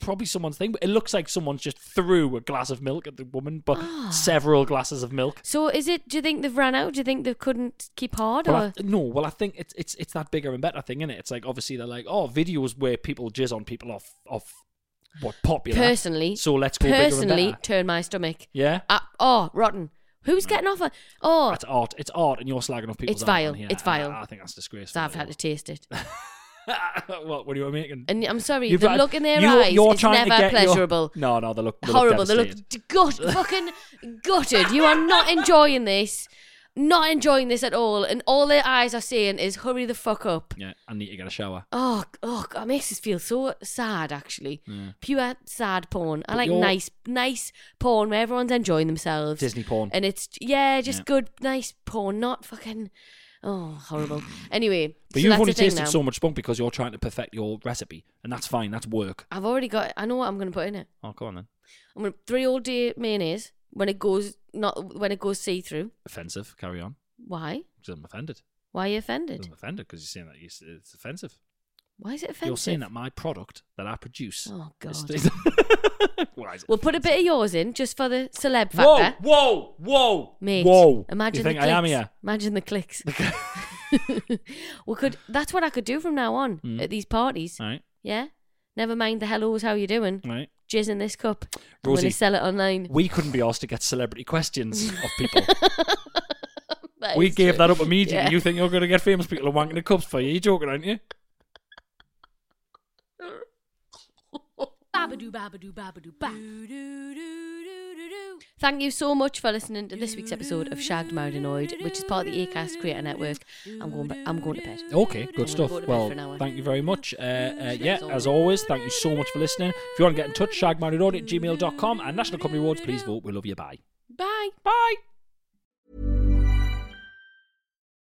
probably someone's thing. But it looks like someone's just threw a glass of milk at the woman, but
Ah.
several glasses of milk.
So is it? Do you think they've ran out? Do you think they couldn't keep hard?
Well,
or
I, no, well, I think it's it's it's that bigger and better thing, is it? It's like obviously they're like, oh, videos where people jizz on people off off what popular
personally,
So let's go bigger
personally
and better.
turn my stomach.
Yeah,
Uh, oh, rotten. Who's getting off? a- Oh,
that's art. It's art, and you're slagging off people.
It's vile. It's vile.
I, I think that's disgraceful.
so I've had to taste it.
what? What are you making?
And I'm sorry,
You've
the
got-
look in their
you-
eyes
you're
is
trying to
never
get your-
pleasurable.
No, no, they look they
Horrible.
Look
They
devastated.
look d- gut, fucking gutted. You are not enjoying this. Not enjoying this at all. And all their eyes are saying is, hurry the fuck up.
Yeah, I need to get a shower.
Oh, g- oh, God, it makes us feel so sad, actually. Pure sad porn. I
But
like
you're-
nice, nice porn where everyone's enjoying themselves.
Disney porn.
And it's, yeah, just
Yeah.
good, nice porn, not fucking, oh, horrible. Anyway, so
But you've
that's
only
the thing
tasted
now.
so much spunk because you're trying to perfect your recipe, and that's fine. That's work.
I've already got, I know what I'm going to put in it.
Oh, come on then.
I'm gonna three all day mayonnaise when it goes not when it goes see through.
Offensive. Carry on.
Why?
Because I'm offended.
Why are you
Because
offended?
I'm offended because you're saying that you s- it's offensive.
Why is it offensive?
You're saying that my product that I produce.
Oh
is-
god.
is- Well, is it
We'll put a bit of yours in just for the celeb factor.
Whoa, whoa, whoa,
Mate,
whoa!
imagine
you think
the clicks.
I am here?
Imagine the clicks. we could that's what I could do from now on
Hmm.
at these parties.
All right,
Yeah? Never mind the hellos, how you doing?
all right.
Jizz in this cup. I'm
Rosie-
gonna sell it online.
We couldn't be asked to get celebrity questions of people.
That
we
is
gave
true.
that up immediately.
Yeah.
You think you're going to get famous people wanking the cups for you? You're joking, aren't you?
Babadoo, babadoo, babadoo, ba. Doo, doo, doo, doo, doo, doo.
Thank you so much for listening to this week's episode of Shagged Married Annoyed, which is part of the Acast Creator Network. I'm going. ba- I'm going to bed.
Okay, good
to
stuff.
go to bed
Well,
for an hour.
thank you very much. Uh, uh, yeah, as always, thank you so much for listening. If you want to get in touch, shagmarriedaudit at gmail.com and National Company Awards, please vote. We love you. Bye.
Bye.
Bye.